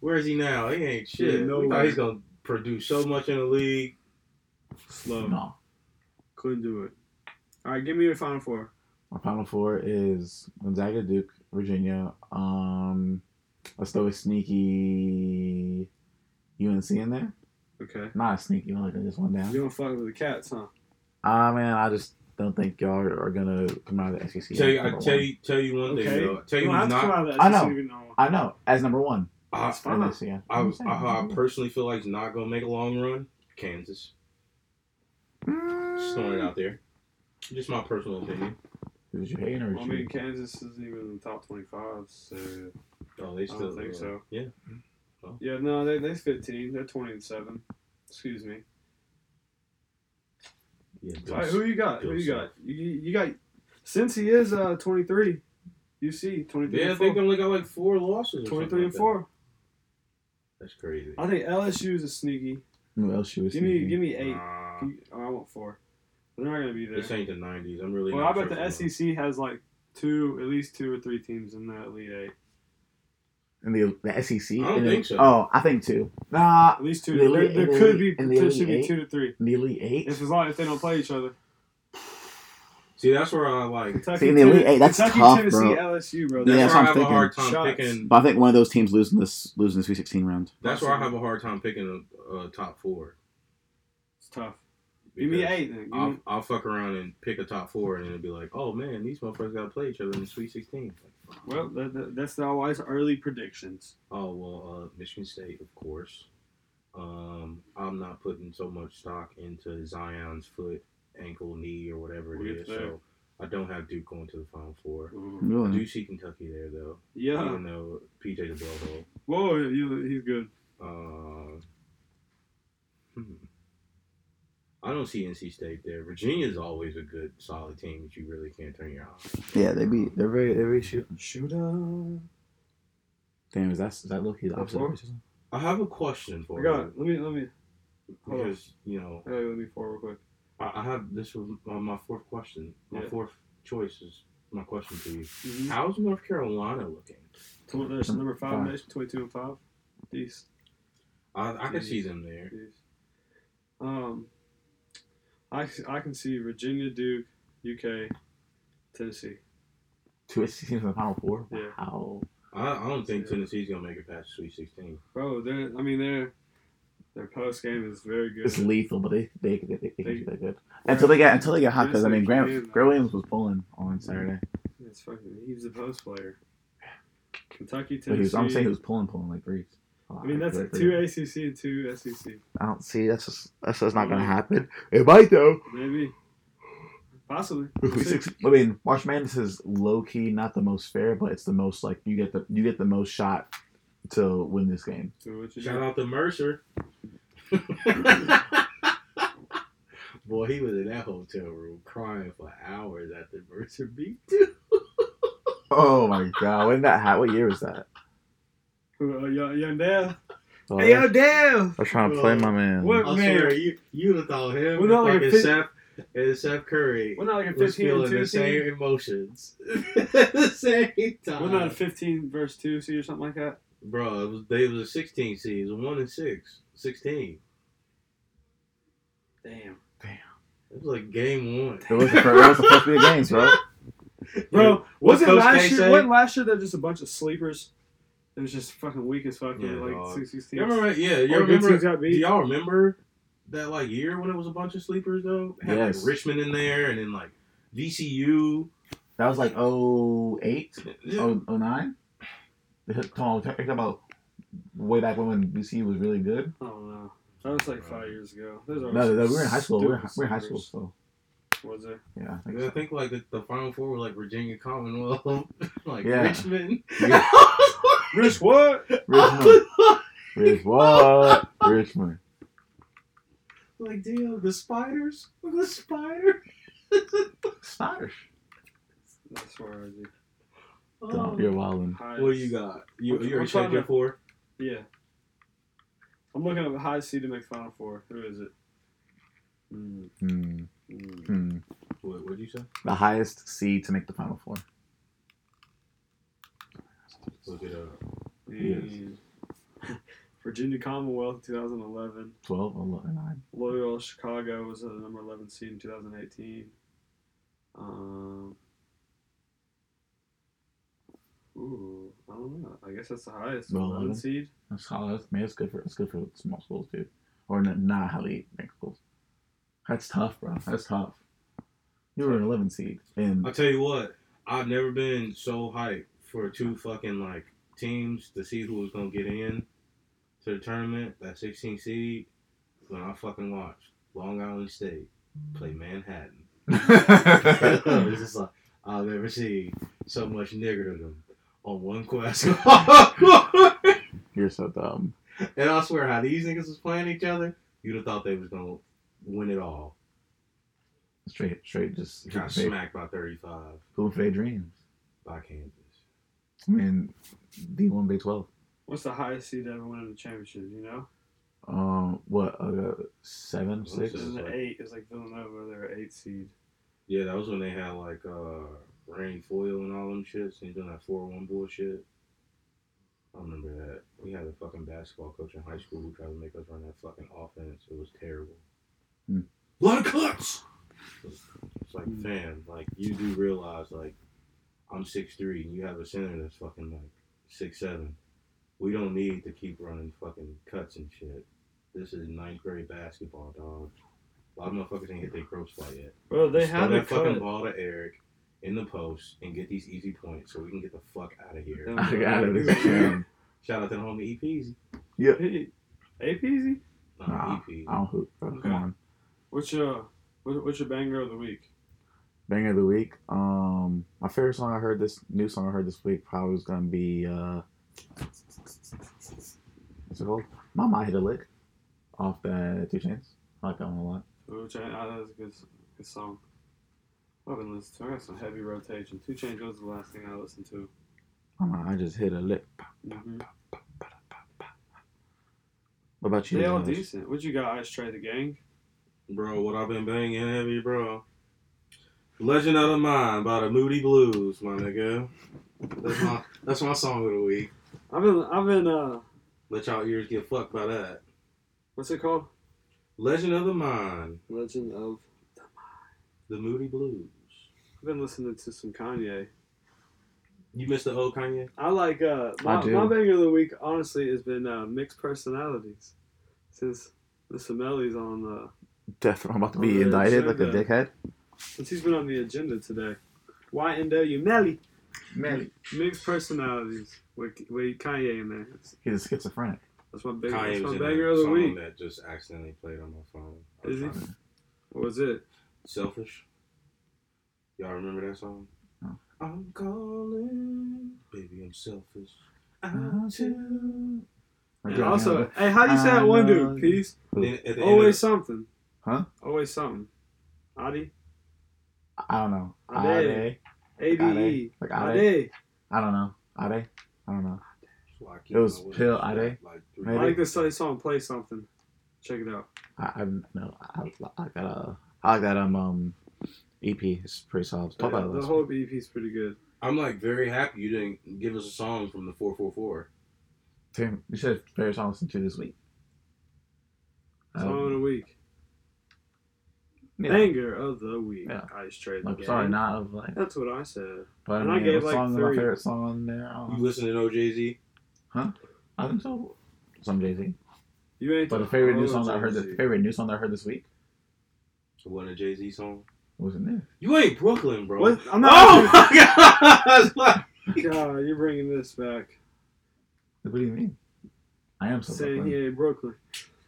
Where is he now? He ain't shit. Yeah, no we thought way. he's gonna produce so much in the league. Slow. No, Couldn't do it. All right, give me your final four. my final four is Gonzaga, Duke, Virginia. Um, let's throw a sneaky UNC in there. Okay. Not a sneaky one, like I just one down. You don't fuck with the Cats, huh? Ah man, I just don't think y'all are, are gonna come out of the SEC. Tell you, I number tell one. you, tell you one Okay. thing though. I Tell You you don't have who's to come not. out of that. I just know. so you know. I know as number one. E I, It's in fine. this year. I, I'm I, saying, I yeah. personally feel like it's not gonna make a long run. Kansas, just throwing it out there. Just my personal opinion. Is you hating or Well, I is you? mean, Kansas isn't even in the top 25, so Oh, they I still don't think so. Yeah, yeah, no, they they 15. They're 20 and seven. Excuse me. yeah. All right, who you got? Who Go you got? South. You, you got. Since he is uh 23, you see 23 Yeah, I and four. think they only got like four losses. Or 23 something and like that. four. That's crazy. I think LSU is a sneaky. Who else you was Give me thinking? give me eight. Nah, You- oh, I want four. They're not gonna be there. this ain't the '90s. I'm really. Well, I not bet sure the E if I'm- SEC has like two, at least two or three teams in that Elite Eight. In the, the SEC? I don't In the- think so. Oh, I think two. Nah, At least two. The there Elite- there in the could be Elite- in the Elite potentially be Eight? two to three. in the Elite Eight. If as long if they don't play each other. See, that's where I like. Kentucky, See, in the Elite Ten- Eight, that's Kentucky, tough, Tennessee, bro. LSU, bro. That's Yeah, where that's I what have I'm a hard time thinking. Shots. picking. But I think one of those teams losing this losing the Sweet Sixteen round. That's where I have a hard time picking a, a top four. It's tough. Give me because eight. Then. Give me- I'll, I'll fuck around and pick a top four, and it'll be like, oh man, these motherfuckers got to play each other in the Sweet 16. well, that, that, that's always early predictions. Oh well, uh, Michigan State, of course. Um, I'm not putting so much stock into Zion's foot, ankle, knee, or whatever it We'll get is. there. So I don't have Duke going to the Final Four. I Really? do see Kentucky there though, Yeah. even though PJ the Bellhole. Whoa, he, he's good. Uh, hmm. I don't see NC State there. Virginia's always a good, solid team that you really can't turn your eye. Yeah, they be they're very they're very shoot. Shooter. Damn, is that is that Loki the That's opposite? four. of racism? on. I have a question I for got you it. Let me let me. Hold on. because you know I gotta let me four real quick. I, I have this was my, my fourth question. My Yeah. fourth choice is my question to you. Mhm. How's North Carolina looking? Tw- That's number five, Five. nation, twenty-two and five. Peace. I, I can see them there. Um, I, I can see Virginia, Duke, UK, Tennessee. Two SEC teams in the Final Four. Yeah. Wow. I, I don't think Yeah. Tennessee's gonna make it past Sweet Sixteen. Bro, Oh, they're, I mean, their their post game is very good. It's lethal, but they they they, they, they They- can do that good until they get until they get hot. Because I Yes, mean, they Grant can, though. Grant Williams was pulling on Saturday. It's fucking, he's a post player. Kentucky, But he was, Tennessee. I'm saying he was pulling pulling like threes. I mean, that's Like, two ACC and two E SEC. I don't see that's just, that's just not I gonna mean- happen. It might though. Maybe. Possibly. We'll see. I mean, March Madness is low key not the most fair, but it's the most like you get the you get the most shot to win this game. So what you Shout do? out to Mercer. Boy, he was in that hotel room crying for hours after Mercer beat Duke. Oh my god, when that hat? What year was that? Who, uh, young, young Dale. Oh, Hey, yo, Dale. I'm trying to play my man. What- I Man. swear, you you'd have thought him We're and not like a fucking fit- Seth and Seth Curry We're not like a was 15 and feeling 2 the team. same emotions at the same We're time. not a 15 verse 2 seed or something like that. Bro, it was they was a 16 seed, it was one and six, 16. Damn. It was like game one. It was the first, it was the first week of games, bro. Bro, What was it Coach last K year? say? Wasn't last year they're just a bunch of sleepers? It was just fucking weak as fuck. Yeah, Yeah, like dog. six, six teams. You remember? Yeah, you Or good teams remember? got Do beat. y'all remember that like year when it was a bunch of sleepers though? Had Yes. like Richmond in there and then like VCU. That was like 08, Yeah. Oh, 09? Come on, talk about way back when, when BC was really good. I don't know. That was like five years ago. Those are No, no, we were in high school. We were, stupid we were in high school, sleepers. so Was it? yeah. I think I think like the, the final four were like Virginia Commonwealth, like Yeah. Richmond. so. Yeah. Rich, what? Richmond. Rich what? Richmond. like damn, the spiders, Look at the spider. Spiders. That's where I was. Don't, Oh. you're wildin'. What do you got? You I'm- you I'm already checked trying your to- four. Yeah. I'm looking up a high seed to make Final Four. Who is it? Mm, Hmm. mm. Hmm. What what'd you say? The highest seed to make the final four. Look it up. Mm. Virginia Commonwealth 2011. 12, 11, 9. Loyola Chicago was the number 11 seed in 2018. Um, ooh, I don't know. I guess that's the highest. Well, 11 eleven. seed? That's solid. I mean, it's good for it's good for small schools too, or n- not highly ranked schools. That's tough, bro. That's tough. You were an 11 seed, and I'll tell you what, I've never been so hyped for two fucking like teams to see who was gonna get in to the tournament. That 16 seed when I fucking watched Long Island State play Manhattan. it's just like I've never seen so much niggerdom on one quest. and I you're so um, dumb. swear, how these niggas was playing each other, you'd have thought they was gonna win it all. Straight, straight, just Got fade- smacked by 35 who fade dreams. by Kansas. I mean, D1 Big 12. What's the highest seed to ever win in the championship? You know? Um, what? Uh, seven, What's six. This is it? an 8. It's like Villanova. They're an 8 seed. Yeah, that was when they had like uh rain foil and all them shits and doing that four oh one bullshit. I remember that. We had a fucking basketball coach in high school who tried to make us run that fucking offense. It was terrible. Hmm. A lot of cuts. It's like, Hmm. fam, like you do realize like I'm six three and you have a center that's fucking like six seven. We don't need to keep running fucking cuts and shit. This is ninth grade basketball, dog. A lot of motherfuckers ain't hit their growth spot yet. Well, they Just throw had a that fucking cut. ball to Eric in the post and get these easy points so we can get the fuck out of here. Yeah. I got it. This jam. Shout out to the homie E EP. Easy. Hey, APZ? No, Nah, EP. I don't hoop, bro. Okay. Come on. What's your, what, what's your banger of the week? Banger of the week. Um, my favorite song I heard this new song I heard this week probably was gonna be uh, what's it called? Mama I hit a lick off the Two Chains. I like that one a lot. Ooh, Chain, oh, that was a good, s- good song. I've been listening to. I got some heavy rotation. Two Chain was the last thing I listened to. Mama, I just hit a lick. Mhm. What about you? They all Josh? decent. What you got? Ice Trade the Gang. Bro, what I've been banging heavy, bro. Legend of the Mind by the Moody Blues, my nigga. That's my that's my song of the week. I've been, I've been, uh, Let y'all ears get fucked by that. what's it called? Legend of the Mind, Legend of. the Moody Blues. I've been listening to some Kanye. You missed the old Kanye? I like, uh, my, I do. my banger of the week, honestly, has been, uh, mixed personalities. Since Mr. Melly's on, uh, Def- I'm about to Oh, be yeah, indicted check like a that. dickhead. since he's been on the agenda today. YNW Melly. Man, Mixed personalities with, with Kanye, man. That's- he's a schizophrenic. That's my big, Kanye that's was my in banger a of the song week. that just accidentally played on my phone. I Is was he? trying to- What was it? Selfish. Y'all remember that song? No. I'm calling, baby. I'm selfish. Uh-huh. I'm too. And also, hey, how do you say that I one know dude? you. Peace. Then at the end of Oh, Always the- something. Huh? Always something. Adi. I don't know. I did. Ade. A D E. Like Ade. Adi. I don't know. Ade. I don't know. That's why I keep It was my Pill, windows I think. shut, like, three I Maybe. times. like this silly song. Play something. Check it out. I, I no. I, I like that. Uh, I like that. Um, um, EP. It's pretty solid. Talk Yeah, about The this. whole EP is pretty good. I'm like very happy you didn't give us a song from the 444. Tim, you said favorite song to listen to this week. Song of the Um, week. yeah. Banger of the week. Yeah. Ice Trade. Like, the sorry, Gang. not of like. That's what I said. But I, and I mean, gave, what like, song is my three. favorite song on there. Um, You listen to No Jay Z? I think so. Some Jay Z. You ain't. But the the favorite new whole song that I heard, the Oh, Jay-Z. favorite new song that I heard this week It wasn't a Jay Z song. wasn't it? You ain't Brooklyn, bro. What? I'm oh not. my god! That's like- God, you're bringing this back. What do you mean? I am so Saying Brooklyn. he ain't Brooklyn.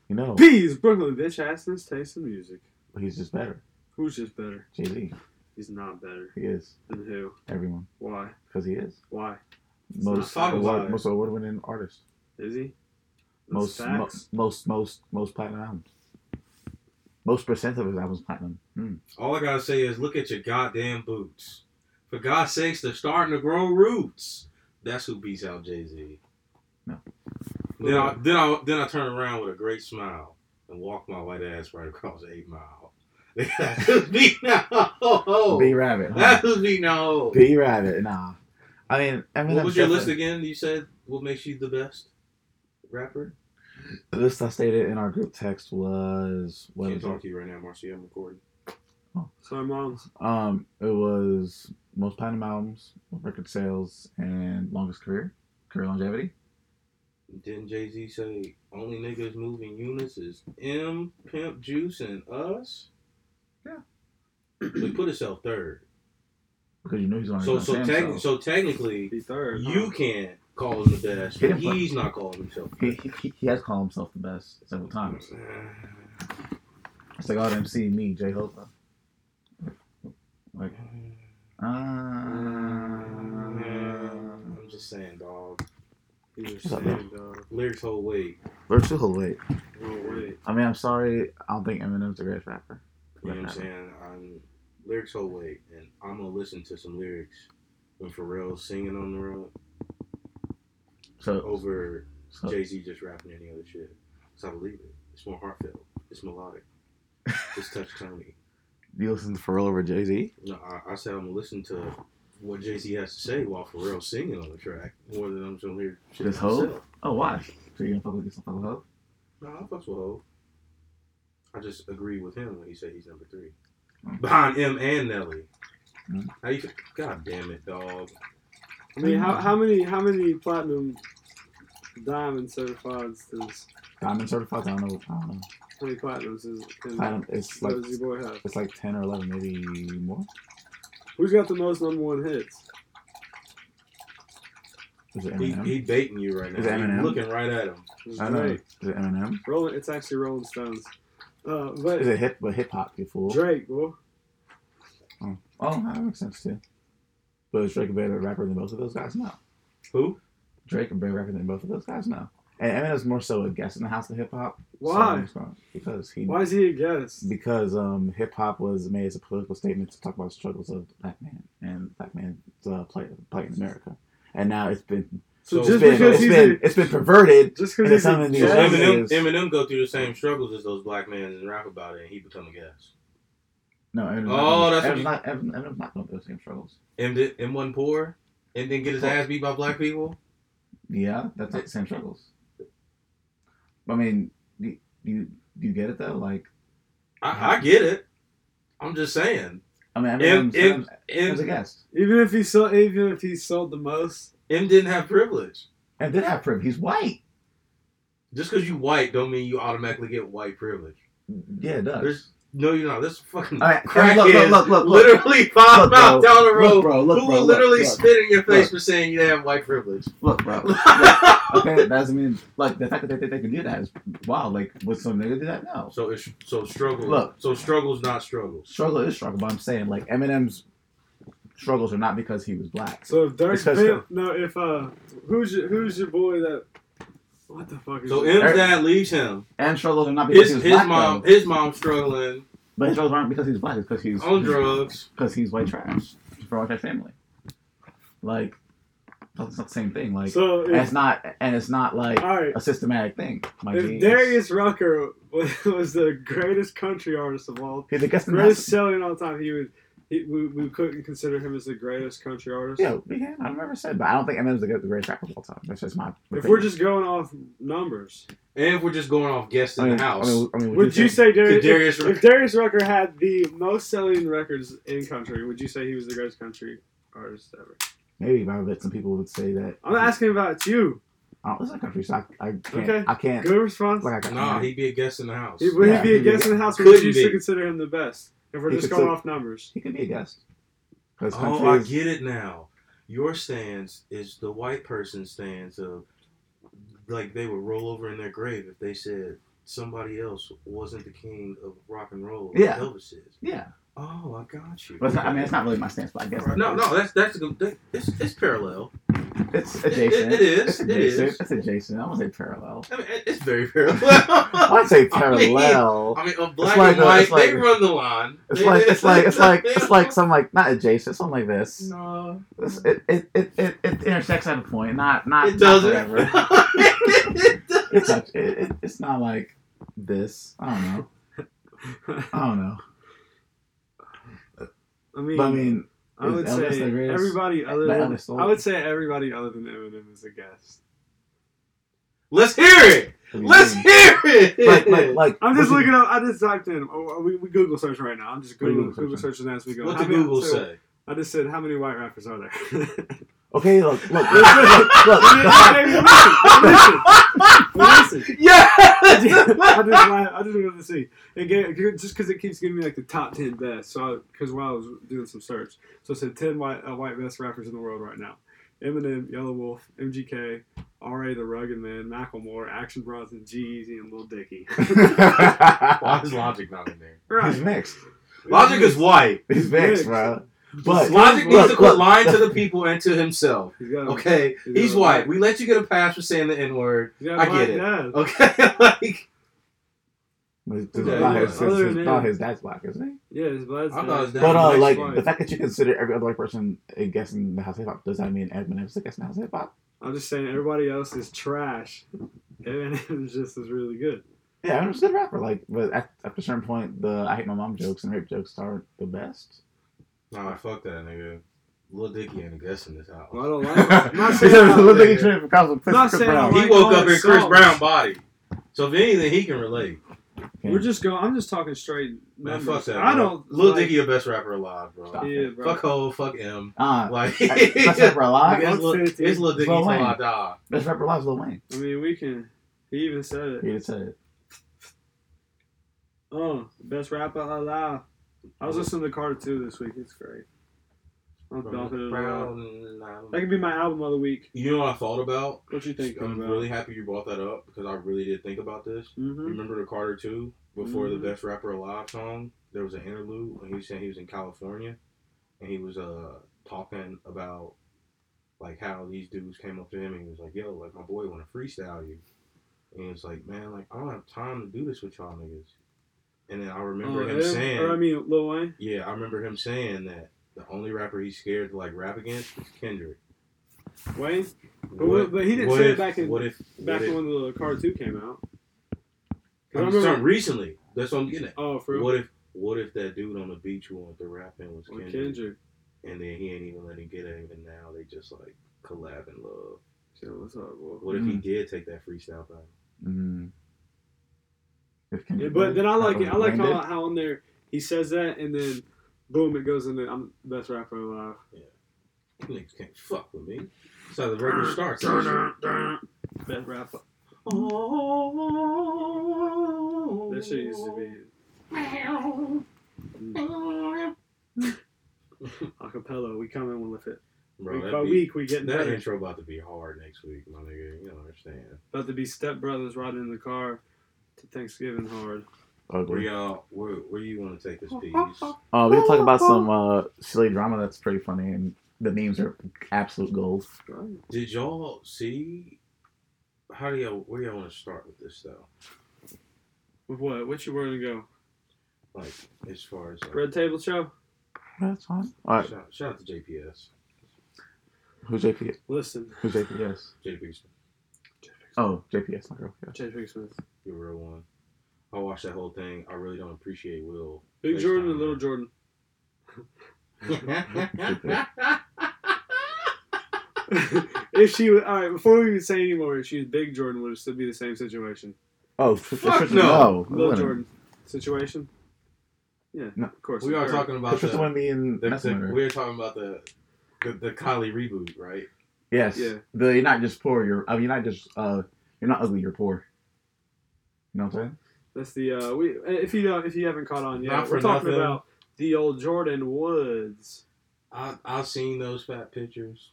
You know, Peace, Brooklyn bitch asses taste of music. he's just better. Who's just better? Jay Z, He's not better he is than who? everyone Why? because he is Why? most not talking award, about it. most award winning artist, Is he? That's most mo- facts. most most most platinum albums, most percent of his albums platinum. Hmm. All I gotta say is look at your goddamn boots. For God's sakes, they're starting to grow roots. That's who beats out Jay Z. No. Then I then I then I turn around with a great smile and walk my white ass right across eight mile. That's who's beating B out. Rabbit, huh? That's who's beating out. B Rabbit, nah. I mean, I mean, What was your list again? You said what makes you the best rapper? The list I stated in our group text was what Can't was it? talk to you right now, Marcy. I'm recording. Sorry, mom. Um, it was most platinum albums, record sales, and longest career, career longevity. Didn't Jay Z say only niggas moving units is M, Pimp Juice, and us? Yeah. so he put himself third. Because you know Oh, he's on. So his so, own techni- so so technically, Be third. huh? you can't call him the best. Hit him, bud. He's not calling himself. he, he, he has called himself the best several times. It's like all them see me, J Hope. Like, uh, I'm just saying, dog. He was What's up, saying, dog. Lyrics hold weight. we're too late. Oh wait. I mean, I'm sorry. I don't think Eminem's the greatest rapper. You know what I'm saying? I'm, lyrics hold weight, and I'm gonna listen to some lyrics when Pharrell's singing on the road So, over so Jay Z just rapping any other shit. So I believe it. It's more heartfelt. It's melodic. It's touch Tony. you listen to Pharrell over Jay Z? No, I, I said I'm gonna listen to what Jay Z has to say while Pharrell's singing on the track more than I'm just gonna hear shit. This myself. Hope? Oh, why? So you gonna fuck with you some fucking Hope? No, I fucks with Ho. I just agree with him when he said he's number three. Mm. Behind him and Nelly. Mm. How you feel? God damn it, dog. I mean, how, Mm. how many how many platinum diamond certifieds does Diamond certified. I don't know. I don't know. how many platinums is Platinum, can it's like Rosie Boy have? it's like ten or eleven, maybe more. Who's got the most number one hits? Is it He, Eminem? he baiting you right now. Is it He Eminem? looking right at him. It's I don't know. Drake. Is it Eminem? Rolling, it's actually Rolling Stones. Uh, Is but it hip? But hip hop, you fool. Drake, well, Oh, that makes sense too. But is Drake a better rapper than both of those guys? No. Who? Drake a better rapper than both of those guys? No. And Eminem's more so a guest in the house of hip hop. So Why? he's gonna- because he. why is he a guest? Because um, hip hop was made as a political statement to talk about the struggles of black man and black man's uh, plight, plight in America, and now it's been So So just it's been, because it's he's been a, it's been perverted just and because he's some a of these So guest- women- Eminem, is- Eminem go through the same struggles as those black men and rap about it, and he become a guest. No, Eminem's Oh, not, that's what Eminem's you- not, Eminem- Eminem's not going through the same struggles. M did M one poor, and then get his ass beat by black people. Yeah, that's not the same struggles. I mean, do, do you do you get it though? Like, Uh-huh. I, I get it. I'm just saying. I mean, M Eminem's, M Eminem's, Eminem's a M, guest even if he sold, even if he sold the most, M didn't have privilege. and did have privilege. He's white. Just because you white don't mean you automatically get white privilege. Yeah, it does. There's- No, you're not. This fucking All right, crackhead look, look, look, look, look. literally five Look, miles bro. down the road Look, bro, look, who bro, will look, literally look. spit in your face Look. for saying you have white privilege. Look, bro. okay, that doesn't mean like the fact that they think they can do that is wow. Like, would some nigga do that? No. so it's so struggle. Look. So struggle's not struggle. Struggle is struggle, but I'm saying like Eminem's struggles are not because he was black. so if Dirk Because- Pimp, no, if uh, who's your who's your boy that? What the fuck is So that? M's dad leaves him. And struggles are not His because he was his black. mom though. his mom struggling but his struggles aren't because he's black. It's because he's on he's- drugs. because he's white trash from a white trash family. Like that's not the same thing. Like So and it's if, not and it's not like all right, a systematic thing. My G, if it's- Darius Rucker was, was the greatest country artist of all, he's a guest in the greatest house. selling all time, he would. He, we, we couldn't consider him as the greatest country artist. Yeah, we can. I've never said, but I don't think Eminem's the good- the greatest rapper of all time. That's just my. If opinion. we're just going off numbers, And if we're just going off guests I in mean, the house, I mean, I mean, would you say Darius, Darius if, Rucker- if Darius Rucker had the most selling records in country, would you say he was the greatest country artist ever? maybe? But I bet some people would say that. I'm asking about you. I don't listen to country, so I, I can't. Okay. I can't. Good response. Like I can't. Nah, he'd be a guest in the house. He- would Yeah, he be a he guest would. in the house? Would Couldn't you still be. consider him the best? If we're He just could going still- off numbers. he could be a guest. Because Oh, I country is get it now. Your stance is the white person's stance of like they would roll over in their grave if they said somebody else wasn't the king of rock and roll. like Yeah. Elvis is. yeah. Oh, I got you. But it's not, I mean, it's not really my stance, but I guess no, no, that's that's a good. It's, it's parallel. it's It- it- adjacent. it is, It's it adjacent. is. It's adjacent. I won't say parallel. I mean, it- it's very parallel. I'd say I mean- parallel. I mean, on black like and a- white, it's like- they run the line. It's They- like it's like it's like they- it's like some like not adjacent, something like this. No, It's- It, it, it, it, it intersects at a point, not not it not doesn't. forever. It doesn't. It's not, it, it, it's not like this. I don't know. I don't know. I mean, But I mean, I would is Elvis say the greatest? everybody other The than Elvis soul? I would say everybody other than Eminem is a guest. Let's hear it. Let's hear it. like like like. I'm just what looking up. I just typed in. Oh, we, we Google search right now. I'm just What are you Google Google Google searching as we go. What How did many- Google so- say? I just said how many white rappers are there? you- Okay, look, look, look, look. Listen, listen, listen. I Yes! just, I just wanted- I just wanted to see. It gave, just because it keeps giving me like the top ten best. So because while I was doing some search, so it said ten white uh, white best rappers in the world right now: Eminem, Yellow Wolf, MGK, R.A. the Rugged Man, Macklemore, Action Bronson, G-Eazy, and Lil Dicky. Why is Logic not in there? He's right. mixed. Logic is white. He's mixed, bro. But Logic look, needs to quit look, lying to the look. people and to himself. He's got a- Okay? He's white. We let you get a pass for saying the N word. he's got a I black get it. Uh, dad. Okay? Like, It's Yeah, not yeah. his, it's- Other it's than- not his dad's black, isn't he? Yeah, his black I dad. thought his dad But was uh, mixed like white. the fact that you consider every other white person a guest in the house of hip hop, does that mean Eminem's a guest in the house of hip hop? I'm just saying everybody else is trash. Eminem is just is really good. Yeah, Eminem's a good rapper. Like, but at, at a certain point, the I hate my mom jokes and rape jokes aren't the best. Nah, fuck that nigga. Lil Dicky ain't a guest in this house. Well, I don't like. I'm not Because saying it was I a little like thing it. trending for Cosmo Chris, Not Chris saying I Brown. like- He woke God, up in it's Chris songs. Brown body. So if anything, he can relate. Yeah. We're just going. I'm just talking straight. Man, numbers. fuck that. I bro. don't. Lil like- Dicky, the best rapper alive, bro. Stop. Yeah, bro. Fuck Ho, fuck M. Uh, Like, best rapper alive. it's Lil- it's Lil Dicky Lil till I Wayne. die. Best rapper alive is Lil Wayne. I mean, we can. He even said it. He just said it. Oh, best rapper alive. I was listening to Carter 2 this week. It's great. I'm dumping it around. That could be my album of the week. You know what I thought about? What you think I'm about? Um, really happy you brought that up because I really did think about this. You hmm Remember the Carter 2 before Mhm. the Best Rapper Alive song? There was an interlude when he was saying he was in California and he was uh talking about like how these dudes came up to him and he was like, Yo, like my boy wanna freestyle you and it's like, Man, like I don't have time to do this with y'all niggas. And then I remember him saying Oh, Or I mean, Lil Wayne. Yeah, I remember him saying that the only rapper he's scared to like rap against is Kendrick. Wayne? But what- but he didn't say it back in- what if Back what if, when the Carter 2 came out. 'Cause I I'm remember- starting recently. That's what I'm getting at. oh, for real? What if what if that dude on the beach who went to rap in was With Kendrick, Kendrick. and then he ain't even let him get at him and now they just like collab in love. Shit, what's up, boy? What if he did take that freestyle back? Mm. If Yeah, Kendrick but then I Lamar like it. I like how, branded, how on there he says that and then boom, it goes in there. I'm the best rapper alive. You niggas can't fuck with me. That's how the record starts. and shit. Best rapper. Oh, That shit used to be acapella. We come in with it. Bro, week that by beat- week, we get That better. intro about to be hard next week, my nigga. You don't understand. About to be stepbrothers riding in the car to Thanksgiving hard. Where Ugly. y'all, where, where you want to take this piece? Uh, we can talk about some uh, silly drama that's pretty funny, and the memes are absolute gold. Did y'all see? How do y'all? Where y'all want to start with this though? With what? What you were gonna go? Like as far as like, Red Table Show? That's fine. All right, Shout, shout out to JPS, who's JP? Listen, Who's JPS? JPS, Oh, JPS, my girl. Yeah. Jay Pink's Smith. the real one. I watched that whole thing. I really don't appreciate Will. Big FaceTime Jordan and Little her. Jordan. If she was all right, before we even say anymore, if she was Big Jordan, would it still be the same situation? Oh, Tr- Fuck Tristan, no. no. Little Jordan situation. Yeah, No. of course. we are Or- talking about Tristan the, wouldn't be in the, Messing the with her. we are talking about the the, the Kylie reboot, right? Yes. Yeah. The, you're not just poor. You're. I mean, you're not just. Uh, you're not ugly. You're poor. You know what I'm saying? That's the uh, we. If you don't, if you haven't caught on yet, Not for we're talking nothing. about the old Jordan Woods. I I've seen those fat pictures.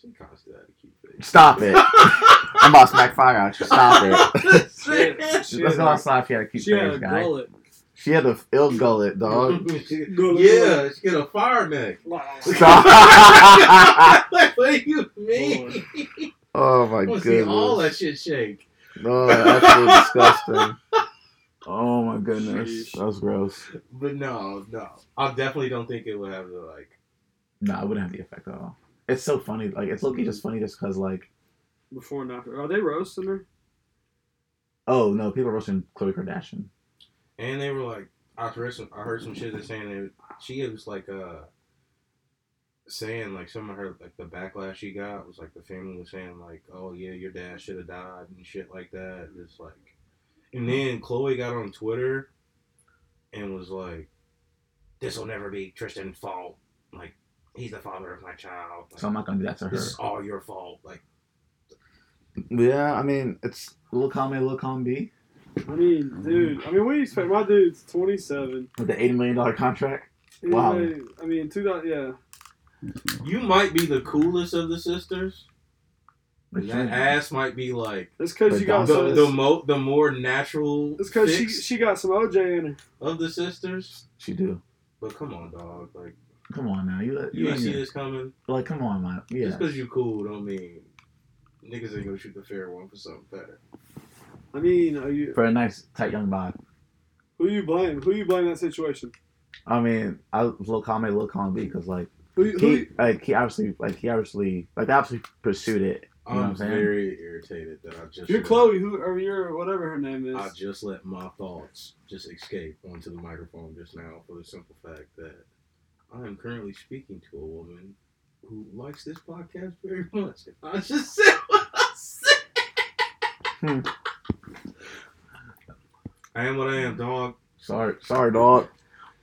She constantly had a cute face. Stop it. I'm about to smack fire out you. Stop it. She Let's had go a- outside if you had a cute She had face, a guy. gullet. She had a ill gullet, dog. She- Gullet. yeah, she got a fire neck. Stop. what do you mean? Lord. oh I my want to see all that goodness. shit shake. Oh, that's really disgusting. Oh my goodness. Sheesh. That's gross. But no, no, I definitely don't think it would have the like. No, it wouldn't have the effect at all. It's so funny. Like it's looking just funny just because like Before and after. Are they roasting her? oh no, people are roasting Khloe Kardashian. And they were like, I heard some, I heard some shit that's saying that she was like, uh, saying like some of her like the backlash she got was like the family was saying like, oh yeah, your dad should have died and shit like that. Just like, and then Chloe got on Twitter and was like, this will never be Tristan's fault. Like, he's the father of my child. Like, So I'm not gonna do that to her. this is all your fault. Like, Yeah, I mean it's little calm A, little calm B I mean, Mm-hmm. dude. I mean, what do you expect? My dude's 27. with the eighty million dollar contract. Wow. Anyway, I mean, two. dot- Yeah. you might be the coolest of the sisters. But but That ass might be like That's because But you got Dom- the, some. the mo the more natural. It's because she fix she got some OJ in her. of the sisters. she do. But come on, dog. Like Come on now, you let- you you didn't see ain't- this coming. like come on, man. Just Yeah, 'cause you cool don't mean niggas ain't gonna shoot the fair one for something better. I mean, are you for a nice tight young bod. who you blame? Who you blame that situation? I mean, I little calm A, little calm B because like Who, you- who he you- like he obviously like he obviously like they obviously pursued it. You know what I'm I'm saying? very irritated that I just you're let- Chloe, who or you're whatever her name I is. just let my thoughts just escape onto the microphone just now for the simple fact that I am currently speaking to a woman who likes this podcast very much. I just said what I said. Hmm. I am what I am, dog. Sorry, sorry, dog.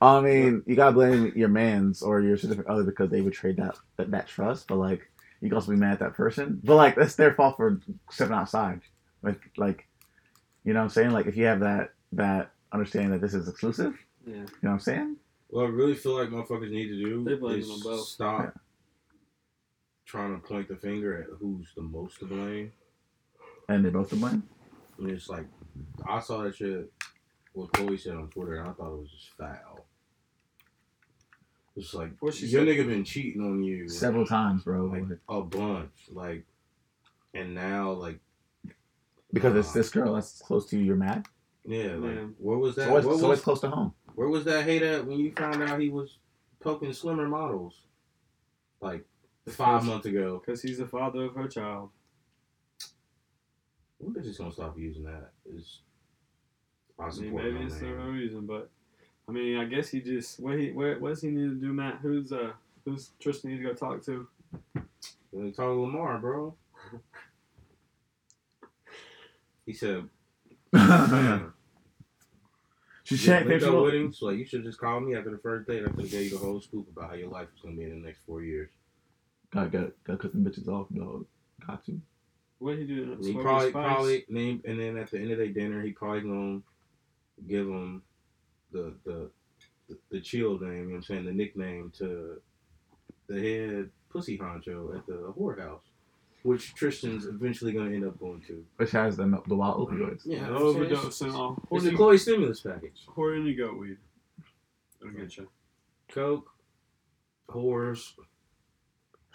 I mean, you gotta blame your man's or your significant other because they betrayed that that, that trust. But like, you can also be mad at that person. But like, that's their fault for stepping outside. Like, like, you know what I'm saying? Like, if you have that that understanding that this is exclusive, Yeah. you know what I'm saying? What I really feel like motherfuckers need to do They blame is them both. stop Yeah. trying to point the finger at who's the most to blame. And they're both to blame. And it's like, I saw that shit, what Chloe said on Twitter, and I thought it was just foul. It's like, What she your said? nigga been cheating on you Several times, bro. like a bunch. Like, and now, like, because it's this girl that's close to you, you're mad. yeah, like, Yeah. where was that? So it's, where, so it's was, close to home. where was that hate at when you found out he was poking slimmer models? Like, five months ago. Because he's the father of her child. When bitch is gonna stop using that? Is I I mean, support maybe no it's the name. reason, but I mean, I guess he just what he what what does he need to do, Matt? Who's uh who's Tristan need to go talk to? They talk to Lamar, bro. he said, Oh, "Man, she yeah, shan't linked up with picture. him, so like, you should just call me after the first date. I could have gave you the whole scoop about how your life is gonna be in the next four years. Gotta gotta gotta cut them bitches off, dog. Got to. What he do? And he Smoke probably, his pipes? probably, name, and then at the end of their dinner, he probably gonna give him the the the, the chill name. You know what I'm saying? The nickname to the head pussy honcho at the whorehouse, which Tristan's eventually gonna end up going to. Which has the the wild opioids. Yeah, overdose and all. It's Horny, the Chloe stimulus package. horny goat weed. It'll get you. Coke, whores.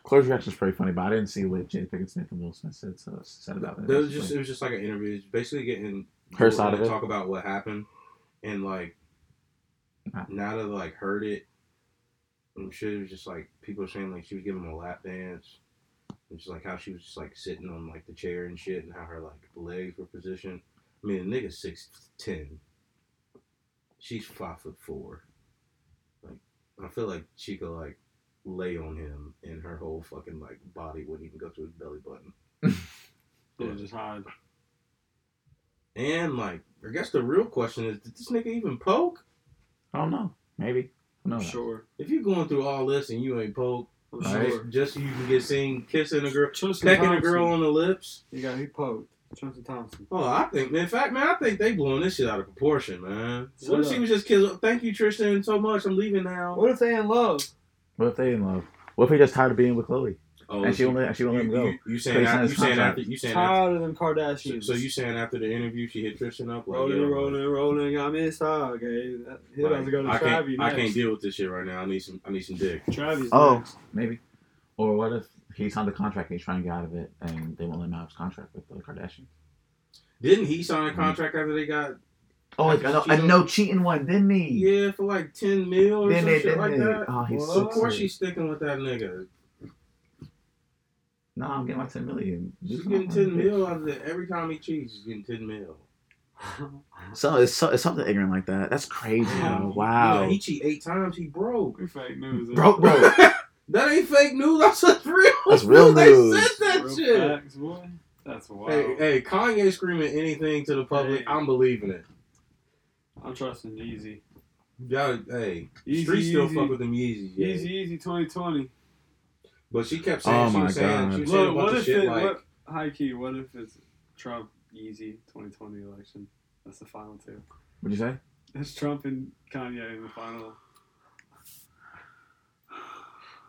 Chloe's reaction was pretty funny, but I didn't see what Jada Pinkett Smith and Will Smith said, so said about it. That was just it was just like an interview, It's basically getting Her people side of to it? Talk about what happened, and like Ah. now that I, like heard it, and shit it was just like people were saying like she was giving him a lap dance, and just like how she was just like sitting on like the chair and shit, and how her like legs were positioned. I mean, the nigga's six ten. She's five foot four. Like I feel like she could like lay on him, and her whole fucking like body wouldn't even go through his belly button. Yeah, just hide. And like, I guess the real question is, did this nigga even poke? I don't know. Maybe. No. Sure. If you're going through all this and you ain't poke, I'm Right. sure. Just so you can get seen kissing a girl, Tristan pecking Thompson. a girl on the lips. You got he poked. Tristan Thompson. Oh, I think, in fact, man, I think they blowing this shit out of proportion, man. Shut What if up. she was just kissing? Thank you, Tristan, so much. I'm leaving now. What if they in love? What if they in love? What if he just tired of being with Chloe Oh, and she won't let and she you, won't let him go? you, you saying But he after, signed you his saying contract. after you saying after, Tired of them so, Kardashians. so you saying after the interview she hit Tristan up like, rolling, yeah, rolling, rolling. I'm in style, gay. He like, about to go to I can't, Travi I can't next. deal with this shit right now. I need some, I need some dick. Travis. Oh. next. Maybe. Or what if he signed a contract and he's trying to get out of it and they won't let him out of his contract with the Kardashians? Didn't he sign Mm-hmm. a contract after they got Oh, I After know, I cheating? know cheating one, didn't he? yeah for like ten mil or Didn't some they? shit Didn't like they? that? Oh, he's Well, so Of course cute. she's sticking with that nigga. No, I'm getting my ten million. She's Just getting my ten money, mil bitch. out of it every time he cheats. She's getting ten mil. So it's so, it's something ignorant like that. That's crazy. Yeah. Bro. Wow. Yeah, he cheat eight times. He broke. We fake news. eh? Bro, bro. That ain't fake news. That's just real. That's real They news. said that Real shit. facts, boy. That's wild. Hey, hey, Kanye screaming anything to the public. Hey. I'm believing it. I'm trusting Yeezy. Y'all, hey, Yeezy, streets still Yeezy. fuck with them Yeezys. Yeah. Easy, easy, 2020. But she kept saying Oh she my was saying God. she was saying a Look, bunch what of if shit it, like. what, high key, what if it's Trump, Yeezy, 2020 election? That's the final two. What'd you say? It's Trump and Kanye in the final.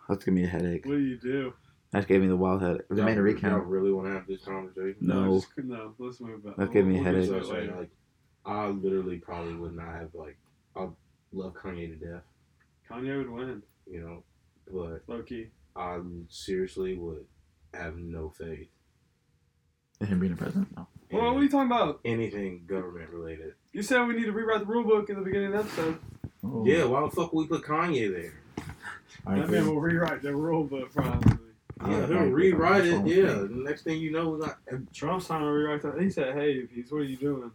That's giving me a headache. What do you do? That gave me the wild headache. They made a y'all- y'all recount. really want to have this conversation? No, No. just- no let's move back. That gave me a We'll headache. get to So it it's like, later. like, I literally probably would not have like I love Kanye to death, Kanye would win, you know, but low key. I seriously would have no faith Him being a president. No. in Well, what are you talking about? anything government related. You said we need to rewrite the rule book in the beginning of the episode. Oh. Yeah, why the fuck would we put Kanye there? I That agree. man will rewrite the rule book probably. I Yeah, agree. he'll rewrite it. Phone Yeah, thing. the next thing you know, we got Trump's trying to rewrite that. He said, "Hey, peace, what are you doing?"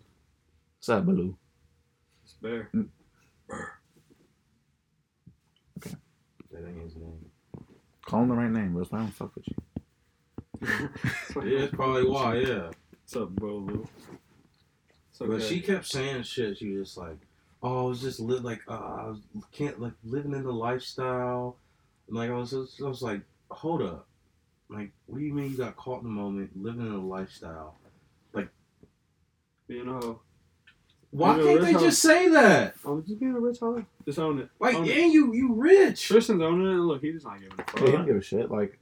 What's up, Baloo? It's bear. that ain't his name. Call him the right name, bro. That's why I don't fuck with you. Yeah, that's probably why. Yeah, What's up, bro? Lou? It's but okay. she kept saying shit. She was just like, "Oh, I was just live like uh, I was, can't like living in the lifestyle." And, like I was, just, I was like, "Hold up, like what do you mean you got caught in the moment living in a lifestyle? being a hoe. Oh, Why Yeah, can't that's they how- just say that? I'm just being a rich hoe. Just own it. Like, Own it. and you you rich." Tristan's owning it. and Look, he's just not giving a fuck. Yeah, he don't give a shit. Like,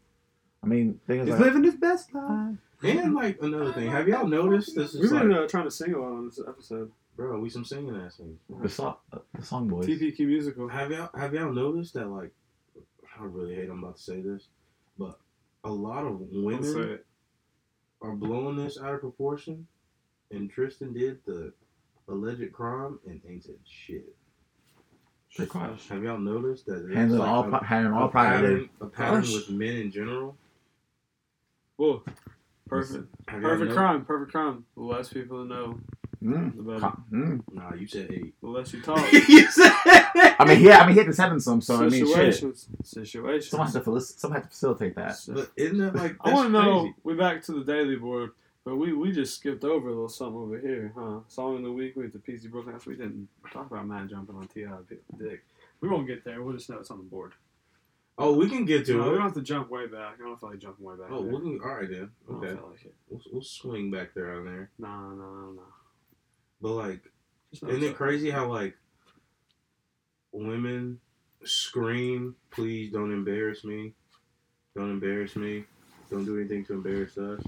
I mean, thing is, He's like, living his best life. uh, And like another thing, have y'all noticed this We've is been like, uh, trying to sing a lot on this episode. bro, we some singing ass niggas. the song, the song boys. TPQ musical. Have y'all have y'all noticed that like I really hate I'm about to say this, but a lot of Don't say women it. are blowing this out of proportion and Tristan did the alleged crime and ain't said shit. Pretty quiet. Have y'all noticed that there's, Handling like, all, a, pri- handling a all private. pattern, a pattern Gosh. with men in general? Whoa. Perfect. Have y'all Perfect no- crime. Perfect crime. The less people know, Mm. the better. Ca- Mm. Nah, you said eight. The less you talk. you said I mean, yeah, I mean, he had to seven some, so I mean, shit. situations. Situations. Someone has to, felic- someone has to facilitate that. But isn't that like I that's want to know. crazy? We're back to the daily board, but we, we just skipped over a little something over here, huh? Song of the week with the PC Brooklyn. We didn't talk about man jumping on Ti Dick. We won't get there. We'll just know it's on the board. Oh, we can get No, we to don't it. have to jump way back. I don't feel like jumping way back. Oh, there. we can. All right then. I don't Okay, feel like it. we'll, we'll swing back there on there. No, no, no, no. But like. Just know Isn't it's it up. crazy how like women scream, "Please don't embarrass me, don't embarrass me, don't do anything to embarrass us."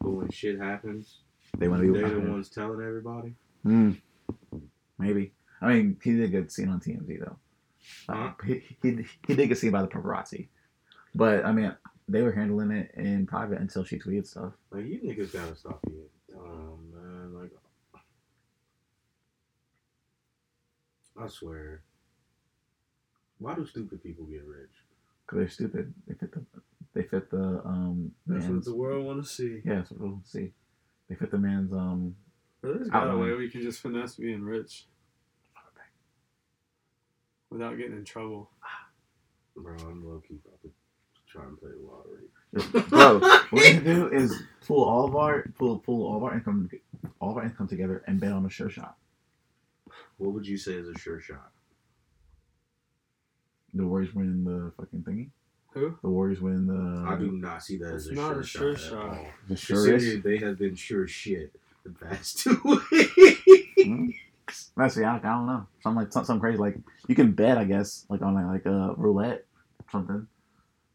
But when shit happens, They want they're to be the ones telling everybody. Mm. Maybe. I mean, he did get seen on TMZ though. Uh, he, he he did get seen by the paparazzi, but I mean, they were handling it in private until she tweeted stuff. Like you niggas gotta stop being dumb, man. Like I swear, why do stupid people get rich? Cause they're stupid. They fit the they fit the um That's what man's the world want to see. yeah. So we'll see. They fit the man's um. But There's got a Outline. way we can just finesse being rich without getting in trouble. Bro, I'm low key about to try and play the lottery. Bro, what we can do is pull all of our pull pull all of our income all of our income together and bet on a sure shot. What would you say is a sure shot? The Warriors win the fucking thingy. Who? The Warriors win the. I do not see that Um, It's as a not sure, a sure shot. shot. At all. The Considering surest. they have been sure shit the past two weeks. Hmm? That's yeah. I don't know. Something like something crazy. Like you can bet, I guess, like on like, like uh, roulette, something.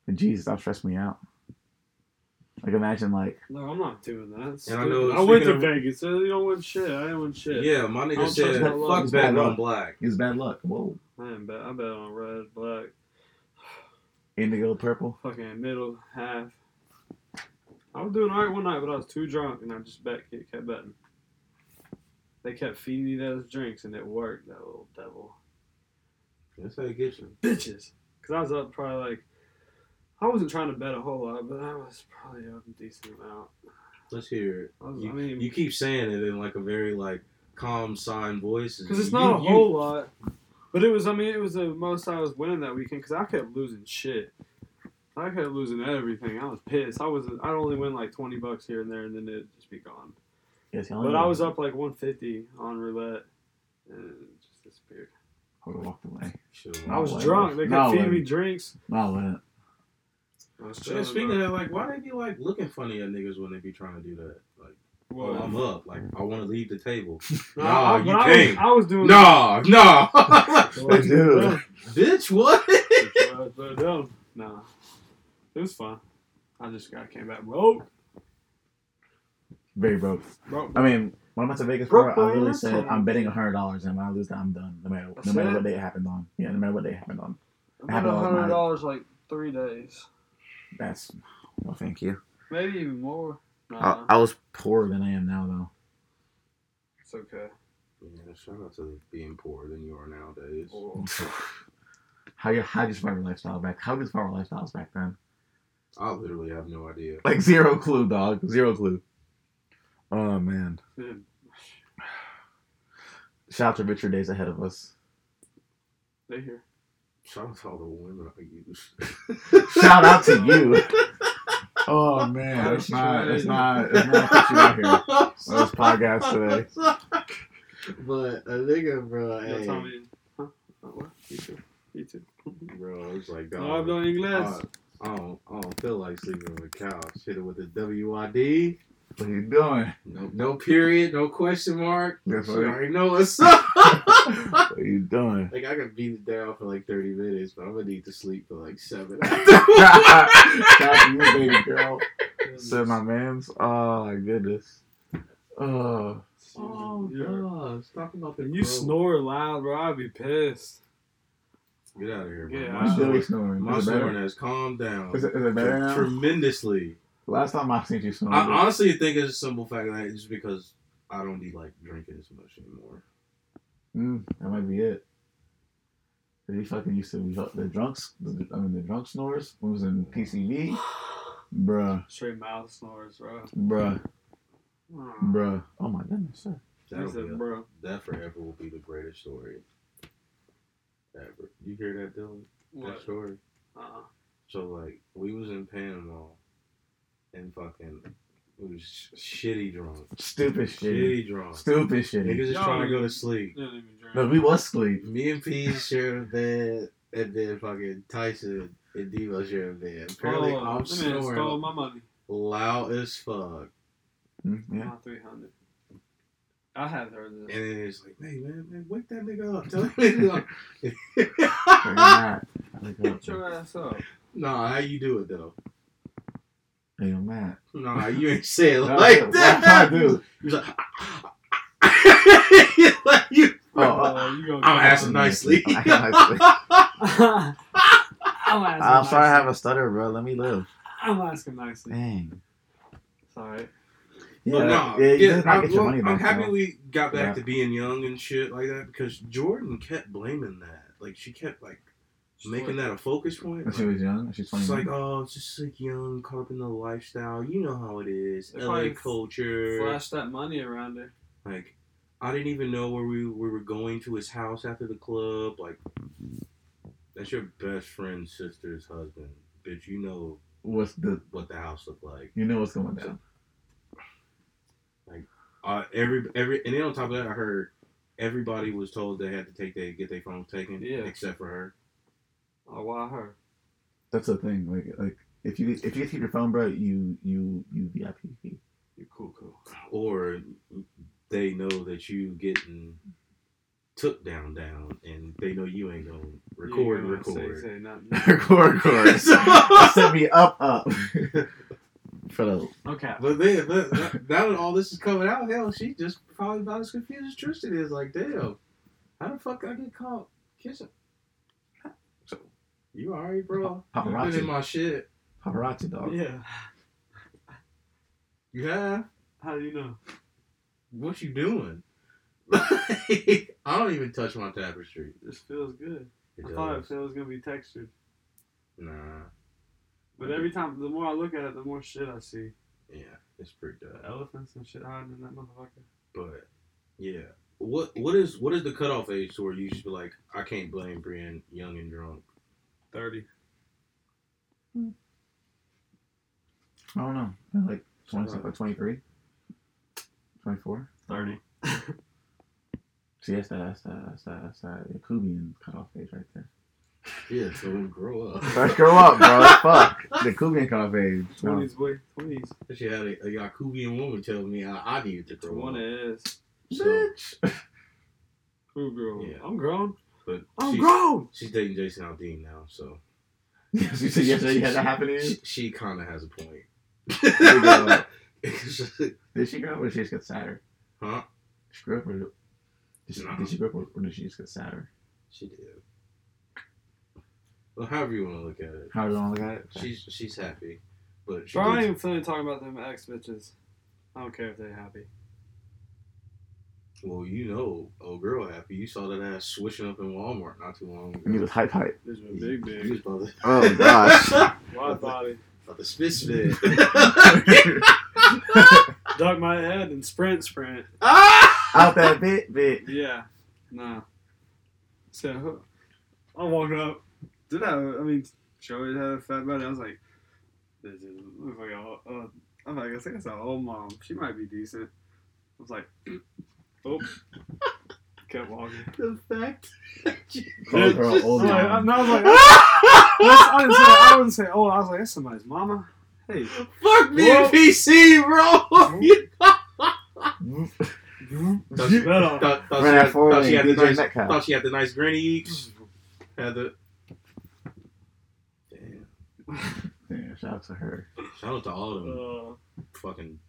But Jesus, that stressed me out. Like imagine like No, I'm not doing that. It's And I stupid. know- I, went to speaking of- Vegas. Uh, You don't win shit. I didn't win shit. yeah, my I nigga don't said, trust my luck. fuck It's bad back on luck. black. it was bad luck. Whoa, I didn't bet. I bet on red, black, indigo purple. fucking middle half. I was doing alright one night, but I was too drunk, and I just bet kept betting. They kept feeding me those drinks, and it worked. That little devil. That's how you get you. bitches. Cause I was up probably like, I wasn't trying to bet a whole lot, but I was probably up a decent amount. Let's hear it. I, was, You, I mean, you keep saying it in like a very like calm, sign voice. cause it's not a whole lot, but it was. I mean, it was the most I was winning that weekend. Cause I kept losing shit. I kept losing everything. I was pissed. I was. I'd only win like twenty bucks here and there, and then it'd just be gone. Yes, y'all But know. I was up like one fifty on roulette, and it just disappeared. I would have walked away. I Oh, was Not drunk. They winning. kept Not feeding me winning. drinks. No, I wouldn't. I was Man, chilling, speaking of bro. that, like, why they be like looking funny at niggas when they be trying to do that? Like, oh, I'm up. Like, I want to leave the table. No, Nah, I- you but I was- can't. I was doing No, no. Dude. Bitch, what? um, no, it was fun. I just got came back broke. Very broke. broke. I mean, when I went to Vegas Broke for, I boy, really that's said all. I'm betting hundred dollars, and when I lose, that I'm done. No matter That's no matter it? what day it happened on. Yeah, no matter what day it happened on. I had Happened all hundred night. dollars like three days, That's well, thank you. maybe even more. I, Nah, I was poorer than I am now, though. it's okay. Yeah, shout out to being poorer than you are nowadays. Well, How you how you survive your lifestyle back? How you survive our lifestyles back then? I literally have no idea. Like zero clue, dog. Zero clue. Oh man. dude, Shout out to richer days ahead of us. they here. Shout out to all the women I use. Shout out to you. Oh man, that's not that's not that's not what you out here. Well, this podcast today. But a nigga, bro, You know, hey, Tommy, huh? Oh, what? You too. You too. bro, it's like, No, dog, I'm doing English. I, I don't, I don't feel like sleeping with a cow. Shit, with a WID, What are you doing? no, no period, no question mark. That's She what, already know what's up. what are you doing? like I could beat it down for like thirty minutes, but I'm gonna need to sleep for like seven. Shout out to you, baby girl. Said my man's. Oh my goodness. Oh, Oh, god, stop about When you snore loud, bro, I'd be pissed. Get out of here, bro. Yeah, my I- I'm still snoring, snoring. my Is it snoring better? has calmed down Is it, is it better now? tremendously. Last time I seen you snore. I honestly think it's a simple fact that it's because I don't be like drinking as much anymore. Mm, that might be it. Cause He fucking used to be the drunks. The, I mean, the drunk snores. When was in PCV, bruh, Straight mouth snores, bro. bruh, Mm. bruh. Oh my goodness, sir. He That'll be said, a- bro. that forever will be the greatest story ever. You hear that, Dylan? That What? story. Uh, So like we was in Panama and fucking we was sh- shitty drunk. Stupid shit. Shitty drunk. Stupid shit. Niggas just Y'all trying to ain't- go to sleep. didn't even drink. But we was sleep. Me and P shared a bed and then fucking Tyson and Devo shared a bed. Apparently Oh, I'm that man stole snoring my money. loud as fuck. Mm, yeah. My 300. I have heard And this. then it's like, hey man, man, wake that nigga up. Tell that nigga up. Figure it out. Look up. Get your ass up. Nah, how you do it though? Hey, I'm mad. Nah, you ain't say it No, like what that. I do? You was like, like you, Oh, uh, Uh, you gonna I'm get- asking nicely. I'm asking nicely. I'm asking I'm sorry I have nicely. a stutter, bro. Let me live. I'm asking nicely. Dang. Sorry. Yeah, But no, yeah, yeah, you just not I'm, get your well, money I'm back. happy though. we got back Yeah. to being young and shit like that because Jordan kept blaming that. Like she kept like making that a focus point. When she Like, was young, she's 20. it's like oh, it's just like young, caught up in the lifestyle. You know how it is, They LA probably culture. Flash that money around her. Like I didn't even know where we, we were going to his house after the club. Like that's your best friend's sister's husband, bitch. You know what's the? what the house looked like. You know what's going down. Uh, every every and then on top of that, I heard everybody was told they had to take they get their phones taken, Yeah. except for her. Oh, why her? That's the thing. Like like if you if you keep your phone, bro, you you you VIP. You're cool, cool. Or they know that you getting took down, down, and they know you ain't gonna record, You ain't gonna record. Say, say nothing. Record, record. Set me up, up. For the okay. But then, but that- now that all this is coming out, hell, she just probably about as confused as Tristan is. Like, damn, how the fuck I get caught kissing? So, you alright, bro? Pa- You been paparazzi. in my shit. paparazzi dog. Yeah. You have? How do you know? What you doing? I don't even touch my tapestry. This feels good. It I thought it does. was gonna be textured, Nah. but every time, the more I look at it, the more shit I see. Yeah, it's pretty The dope. elephants and shit hiding in that motherfucker. But yeah. What what is what is the cutoff age to where you should be like, I can't blame Brian young and drunk. Thirty. I don't know. Like 20, like 23? 24? 30. See, that's that, that's that, that's that, that's that Kubian cutoff age right there. Yeah, so grow up. Let's grow up, bro. Fuck. The Kubian cutoff age. No. Twenties, boy. Twenties. She had a, a Yakubian woman tell me I, I needed to The grow one up. it is. So, Who grown? Yeah. I'm grown. but I'm she's, grown. she's dating Jason Aldean now, so you said yesterday you had that happen to you? she, she kind of has a She grew point. up. Did she grow up or she just got sadder? huh? She grew up or did she, No. did she grow up or, or did she just get sadder? She did. Well, however you want to look at it, How do you want to look at it? Okay. she's she's happy, but she Bro, I ain't did, even feeling talking about them ex bitches. I don't care if they happy. well, you know, old girl happy. You saw that ass swishing up in Walmart not too long And he ago. was hype hype. This is a big You was big. about to, Oh, gosh. Wide body. about to spit spit. Duck my head and sprint sprint. Ah! Out that bit, bit. Yeah. Nah. So I'm walking up. Did I? I mean, Joey had a fat body. I was like, this is looks like a. Uh, I'm like, I think it's an old mom. She might be decent. I was like, oh. Kept walking. the fact that you Called her an old I'm like, man. I'm- I was like, that's- I didn't say I wouldn't say old. I was like, that's somebody's mama. Hey. fuck me in Whoa. PC, bro. You That's better. thought, thought, Ran she, that had, four thought, she lane, had the DJ nice, Metcalf. thought she had the nice granny. Had the. Damn. Yeah, shout out to her. Shout out to all of them Uh, fucking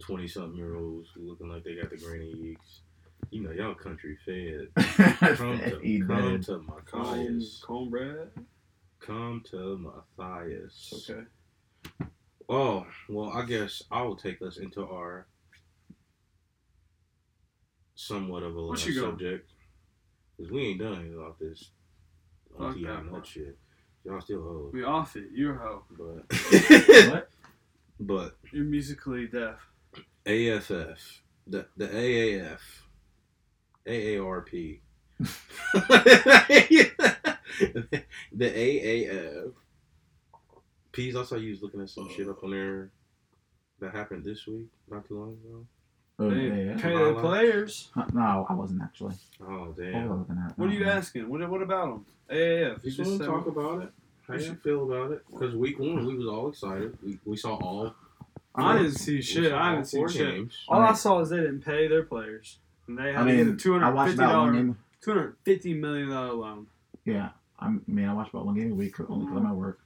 20 something year olds who looking like they got the granny eeks. You know, y'all country fed. Come He to, come did. to my thighs. cornbread. Come to my thighs. Okay. Oh, well, I guess I will take us into our somewhat of a What last you got? subject. Because we ain't done anything about this. Fuck Auntie, that, I know bro. shit. Y'all still old. We off it. You're hoe. But, What? but You're musically deaf. AFF, the, the AAF, AARP, the AAF. Peas, I saw you was looking at some shit up on there that happened this week, not too long ago. Oh, They yeah, yeah. pay My the lunch. players. Huh, No, I wasn't actually. Oh I was damn! looking at- What are you um, asking? What, what about them? AAF. You just want to talk about it? How you feel about it? Because week one we was all excited. We, we saw all. I four- didn't see we shit. saw I all haven't seen four shit. games. All I saw is they didn't pay their players, and they I had to get a mean, two I hundred watched fifty about one dollar, game. two hundred fifty million dollar loan. Yeah, I mean, I watched about one game a week only because of my work.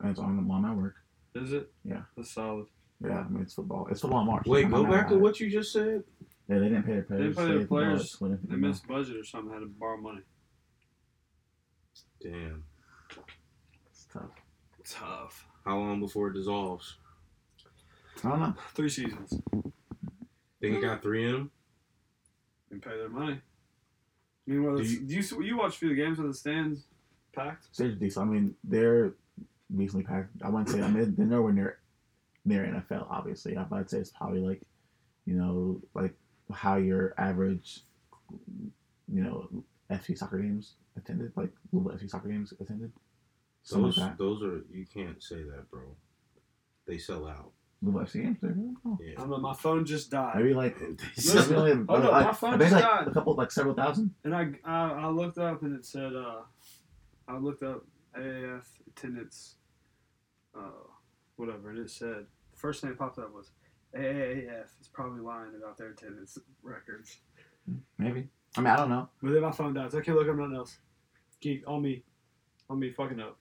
And it's on on my work. Is it? Yeah. that's solid. Yeah, I mean, it's football. It's football in March. Wait, I'm go back not mad to at it. what you just said. Yeah, they didn't pay their players. pay their players. They They missed budget or something. Had to borrow money. Damn! It's tough. Tough. How long before it dissolves? I don't know. Three seasons. Think it got three in them. And pay their money. Meanwhile, Do it's- you- do you s- you watch a few games with the stands packed? Seriously, decent. I mean, they're decently packed. I wouldn't say. I mean, they're nowhere near near NFL. Obviously, I would say it's probably like, you know, like how your average, you know, FC soccer games attended, like little FC soccer games attended. So like Those, that. those are you can't say that, bro. They sell out. Little FC games. They're, oh. Yeah. Oh, I don't know. My phone just died. Maybe like. They Listen, sell maybe out. only- hold up, my like, phone I think like just died. a couple, like several thousand. And I, I I looked up and it said uh, I looked up AAF attendance uh, whatever, and it said the first thing that popped up was AAF is probably lying about their attendance records. Maybe. I mean, I don't know. But then my phone dies. I can't look up nothing else. Geek on me, on me fucking up.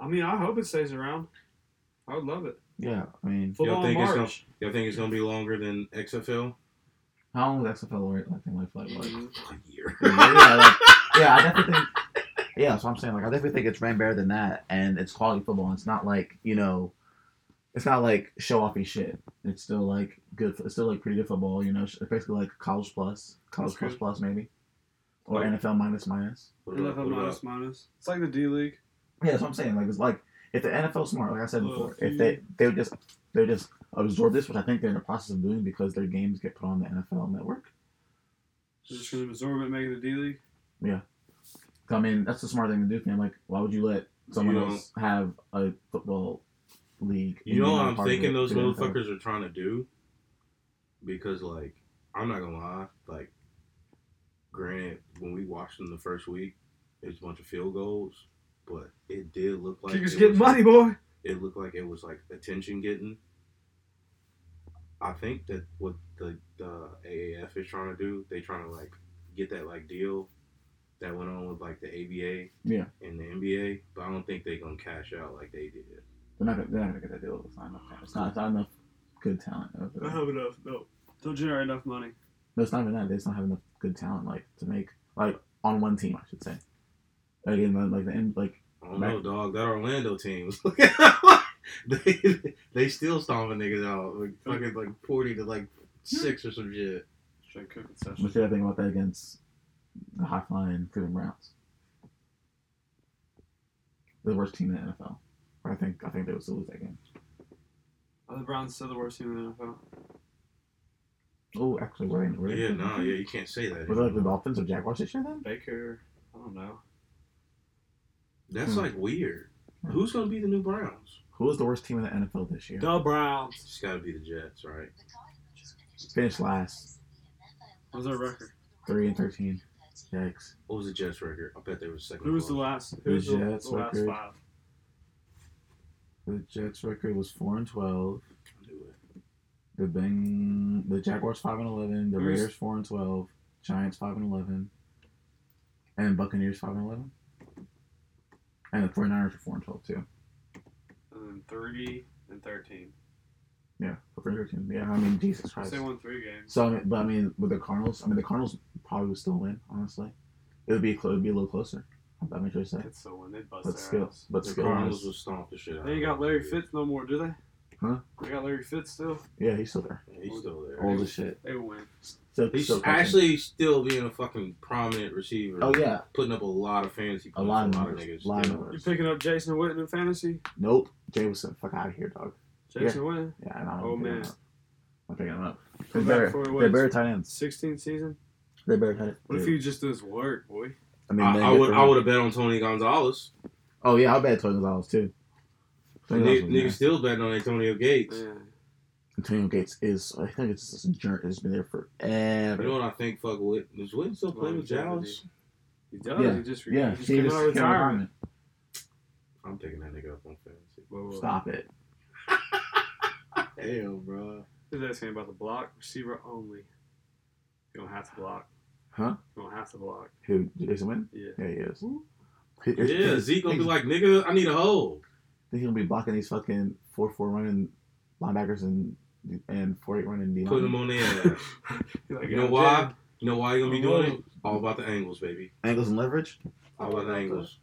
I mean, I hope it stays around. I would love it. Yeah, I mean, Football in think it's March. Y'all think it's gonna be longer than XFL? how long was XFL rate like thing like like? like Mhm. One year. yeah, like, yeah, I definitely think. Yeah, that's what I'm saying. Like, I definitely think it's ran better than that, and it's quality football. And it's not like you know, it's not like show offy shit. It's still like good. It's still like pretty good football. You know, it's basically like college plus, college That's plus good. plus maybe, or Like- NFL minus minus. What about- NFL what minus about- minus. It's like the D League. Yeah, that's what I'm saying. Like, it's like if the NFL's smart, like I said Look, before, if they they would just they would just absorb this, which I think they're in the process of doing because their games get put on the NFL Network. They're just gonna absorb it, and make it a D League. I mean, that's the smart thing to do, fam. Like, why would you let someone You else have a football league? You and know you're what not I'm part of thinking it? those You're not part of it. motherfuckers are trying to do? Because like I'm not gonna lie, like granted, when we watched them the first week, it was a bunch of field goals, but it did look like Kickers it getting was- money, boy. it looked like it was like attention getting. I think that what the, the AAF is trying to do, they trying to like get that like deal that went on with like the ABA Yeah. and the NBA, but I don't think they gonna cash out like they did. They're not gonna, they're not gonna get that deal. It's not enough. talent. It's not, it's not enough good talent. over Uh-huh. there. have enough. No, don't generate enough money. No, it's not even that. They just don't have enough good talent, like to make like on one team, I should say. Like in the, like the end, like I don't know, Right. dog. That Orlando team was they they still stomping niggas out like fucking like forty to like six or some shit. Straight cooking what session. should I think about that against the high flying Cleveland Browns? The worst team in the NFL. I think I think they would still lose that game. Are the Browns still the worst team in the NFL? Oh, actually, we're in. We're Yeah, no, yeah, you can't say that. Was it like the Dolphins or Jaguars this year then? Baker. I don't know. That's Hmm. like weird. Hmm. Who's gonna be the new Browns? Who is the worst team in the NFL this year? The Browns. It's got to be the Jets, right? Finished last. What was their record? Three and thirteen. Yikes. What was the Jets record? I bet they were second. Who was the last? last? Who was the, the Jets last record. five? The Jets record was four and twelve. The Beng the Jaguars five and eleven. The Who's- Raiders four and twelve. Giants five and eleven. And Buccaneers five and eleven. And the 49ers were four and twelve too. And then three and thirteen. Yeah. Four and thirteen. Yeah, I mean Jesus Christ. They won three games. So I mean, but I mean with the Cardinals, I mean the Cardinals probably would still win, honestly. It would be clo- it would be a little closer. I'm not sure to say. Could still win. They bust But their still ass. but The still Cardinals was stomped the shit out. They ain't of got them. Larry Fitz no more, do they? Huh? They got Larry Fitz still. Yeah, he's still there. Yeah, he's still there. Old as shit. They will win. Still, He's still catching. actually still being a fucking prominent receiver. Oh yeah, putting up a lot of fantasy. a points lot of for numbers. lot of Yeah. You numbers. picking up Jason Witten in fantasy? Nope, Jay was the fuck out of here, dog. Jason Witten, Yeah, I know. I'm Oh, picking man. him up. I'm picking him up. Come They're back better, for it, what? they're better tight ends. 16th season. They're better tight ends. What if he just does work, boy? I mean, I, they I get would. the- I would have bet on Tony Gonzalez. Oh yeah, I bet Tony Gonzalez too. Tony Niggas Gonzalez was niggas nasty. still betting on Antonio Gates. Yeah. Antonio Gates is. I think it's this jerk has been there You know forever. what I think? Fuck with is Witten still playing with Longevity. Jowls? He does. Yeah. He just, re- Yeah, he just he came just out of came out of retirement. retirement. I'm picking that nigga up on fantasy. Whoa, whoa. Stop it. Damn, bro. He's asking about the block receiver only. You don't have to block. Huh? You don't have to block. Who Jason Wynn? Yeah. Yeah, he is. Yeah, Zeke gonna be like, nigga, I need a hole. He's gonna be blocking these fucking four four running linebackers and and four eight running D. Putting him on the ass. Like, You know "God why? damn." You know why you gonna be Oh, doing it? All about the angles, baby. angles and leverage. All about the angles.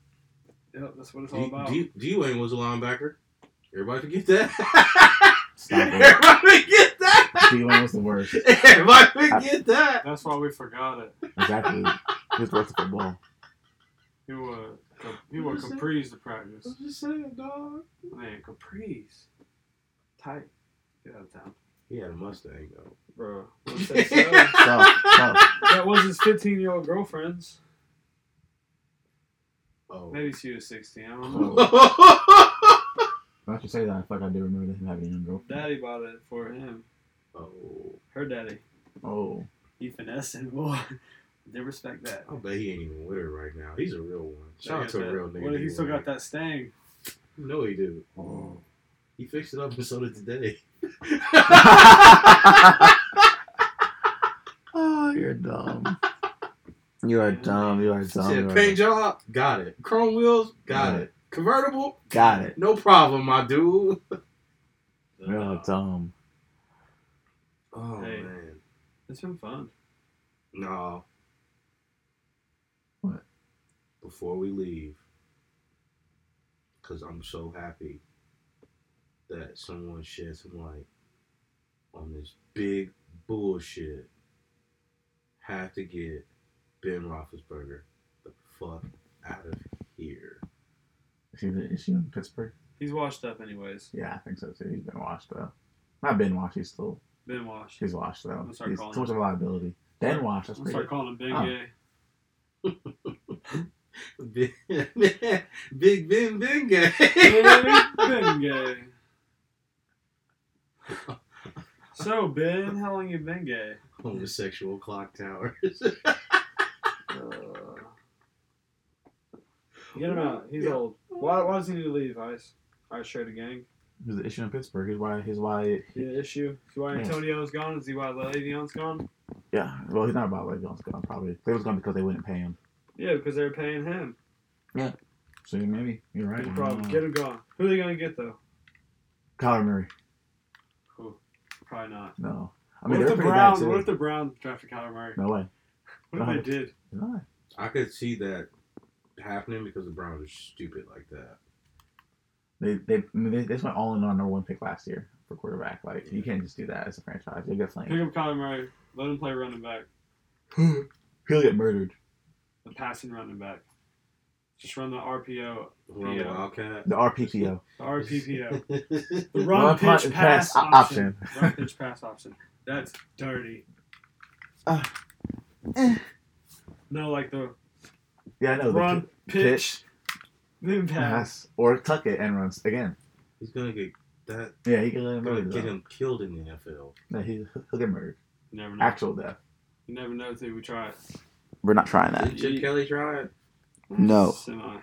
Yep, that's what it's all D about. D- D Wayne was a linebacker. Everybody forget that. Stop it. Everybody forget that. D Wayne was the worst. Everybody forget that. That's why we forgot it. Exactly. He's worth the football. He wore, com- he wore What is that? capris to practice. I'm just saying, dog. Man, capris. Tight. Get out of town. He had a Mustang though. Bro. Stop. Stop. that was his 15 year old girlfriend's. Oh. Maybe she was 16. I don't know. oh. Now that you say that, I feel like I do remember him having a young girlfriend. Daddy bought it for him. Her daddy. Oh, He finessed it, boy. They respect that. I'll bet he ain't even with her right now. He's a real one. Shout out Like I to a said, real nigga. What if he anyway. still got that stain? No, he do. He fixed it up and so did today. oh, you're dumb. You are dumb. You are dumb. Shit, you are paint dumb. job, got it. Chrome wheels, got Got it. Convertible, Got it. no problem, my dude. Real dumb. Oh Hey. man, It's been fun. no. What? Before we leave, because I'm so happy that someone shed some light on this big bullshit. Have to get Ben Roethlisberger the fuck out of here. Is he, is he in Pittsburgh? He's washed up anyways. Yeah, I think so too. He's been washed though. Not been washed. He's still Been washed. he's washed though. gonna start He's calling too much of a liability. Then washed. That's I'm gonna pretty. start calling him Big Oh. Gay. Big Big Ben Ben guy. Ah. Big Gay. So Ben, how long you been gay? Homosexual clock tower. Get him out. He's Yeah. old. Why, why does he need to leave? Ice. Ice Trader Gang. He's an issue in Pittsburgh. He's why. He's why. The issue. Is why Yeah. Antonio's gone? Is he why Le'Veon's gone? Yeah. Well, he's not about Le'Veon's gone. Probably they was gone because they wouldn't pay him. Yeah, because they're paying him. So maybe you're right. No problem. Get him gone. Who are they gonna get though? Kyler Murray. Who? Probably not. No. I mean what they're if the pretty bad Browns? too. What if the Browns drafted Kyler Murray? no way. What if they did? No. I could see that happening because the Browns are stupid like that. They they I mean, they, they just went all in on number one pick last year for quarterback. Like you can't just do that as a franchise. You'll get Pick flamed. up Kyler Murray. Let him play running back. He'll get murdered. The passing running back. Just run the RPO, Run Yeah. Wildcat. The RPPO. the RPPO, the RPPO. run, Run, punt, pitch and pass, pass o- option. run pitch pass option. That's dirty. Ah. no, like the Yeah, I know. the run ki- pitch, then pass, pass. or tuck it and runs again. He's gonna get that. Yeah, he can get Gonna murdered. get though. him killed in the NFL. No, he, he'll get murdered. You never know. Actual death. You never know till we try it. We're not trying Did Chip Ye- Kelly try it? No. Semi.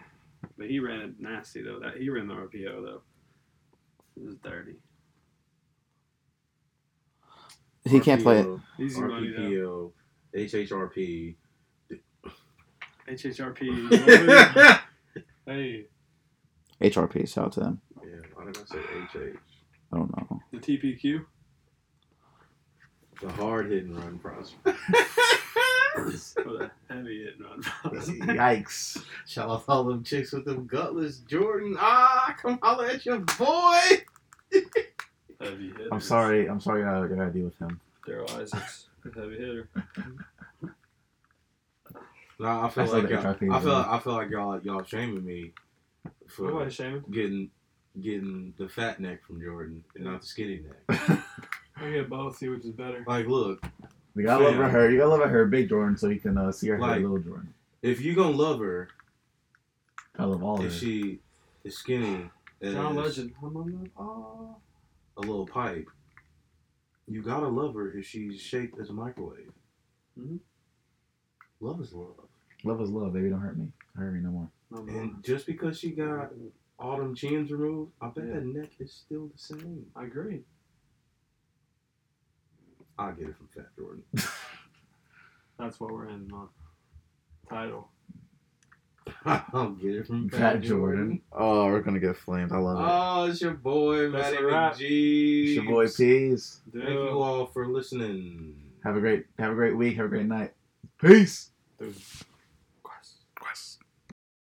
But he ran it nasty though. That he ran the RPO though. It was dirty. He can't play it. RPO, Easy money though. RPPO, HHRP. HHRP. yeah, hey, HRP. Shout out to them. why did I say HH? I don't know. the TPQ. The hard hit and run process. Oh, the heavy hit and run. Yikes. Shout out all them chicks with them gutless Jordan. Ah, come holler at your boy. heavy hitters. I'm sorry. I'm sorry. I gotta deal with him. Daryl Isaacs, a heavy hitter. Nah, I I feel saw like that y'all, I tracking feel video. I feel like y'all y'all shaming me for Nobody shaming. getting getting the fat neck from Jordan and not the skinny neck. you I get both. See which is better. Like, look, gotta love Yeah. her. You gotta love her, big Jordan, so you can uh, see her Like- little Jordan. if you gonna love her, I love all of if her. she is skinny as John Legend. I'm on the oh. a little pipe, you gotta love her if she's shaped as a microwave. Mm-hmm. Mhm. Love is love, Love is love, baby. Don't hurt me. Don't hurt me no more. I'm on. and just because she got all them chins removed, I bet Yeah. that neck is still the same. I agree. I get it from Fat Jordan. That's what we're in on. Title. I'll get it from Fat Jordan. Oh, we're gonna get flamed. I love it. Oh, it's your boy, That's Matty a wrap. McGee. It's your boy Peas. Dude. Thank you all for listening. Have a great have a great week. Have a great night. Peace. Dude.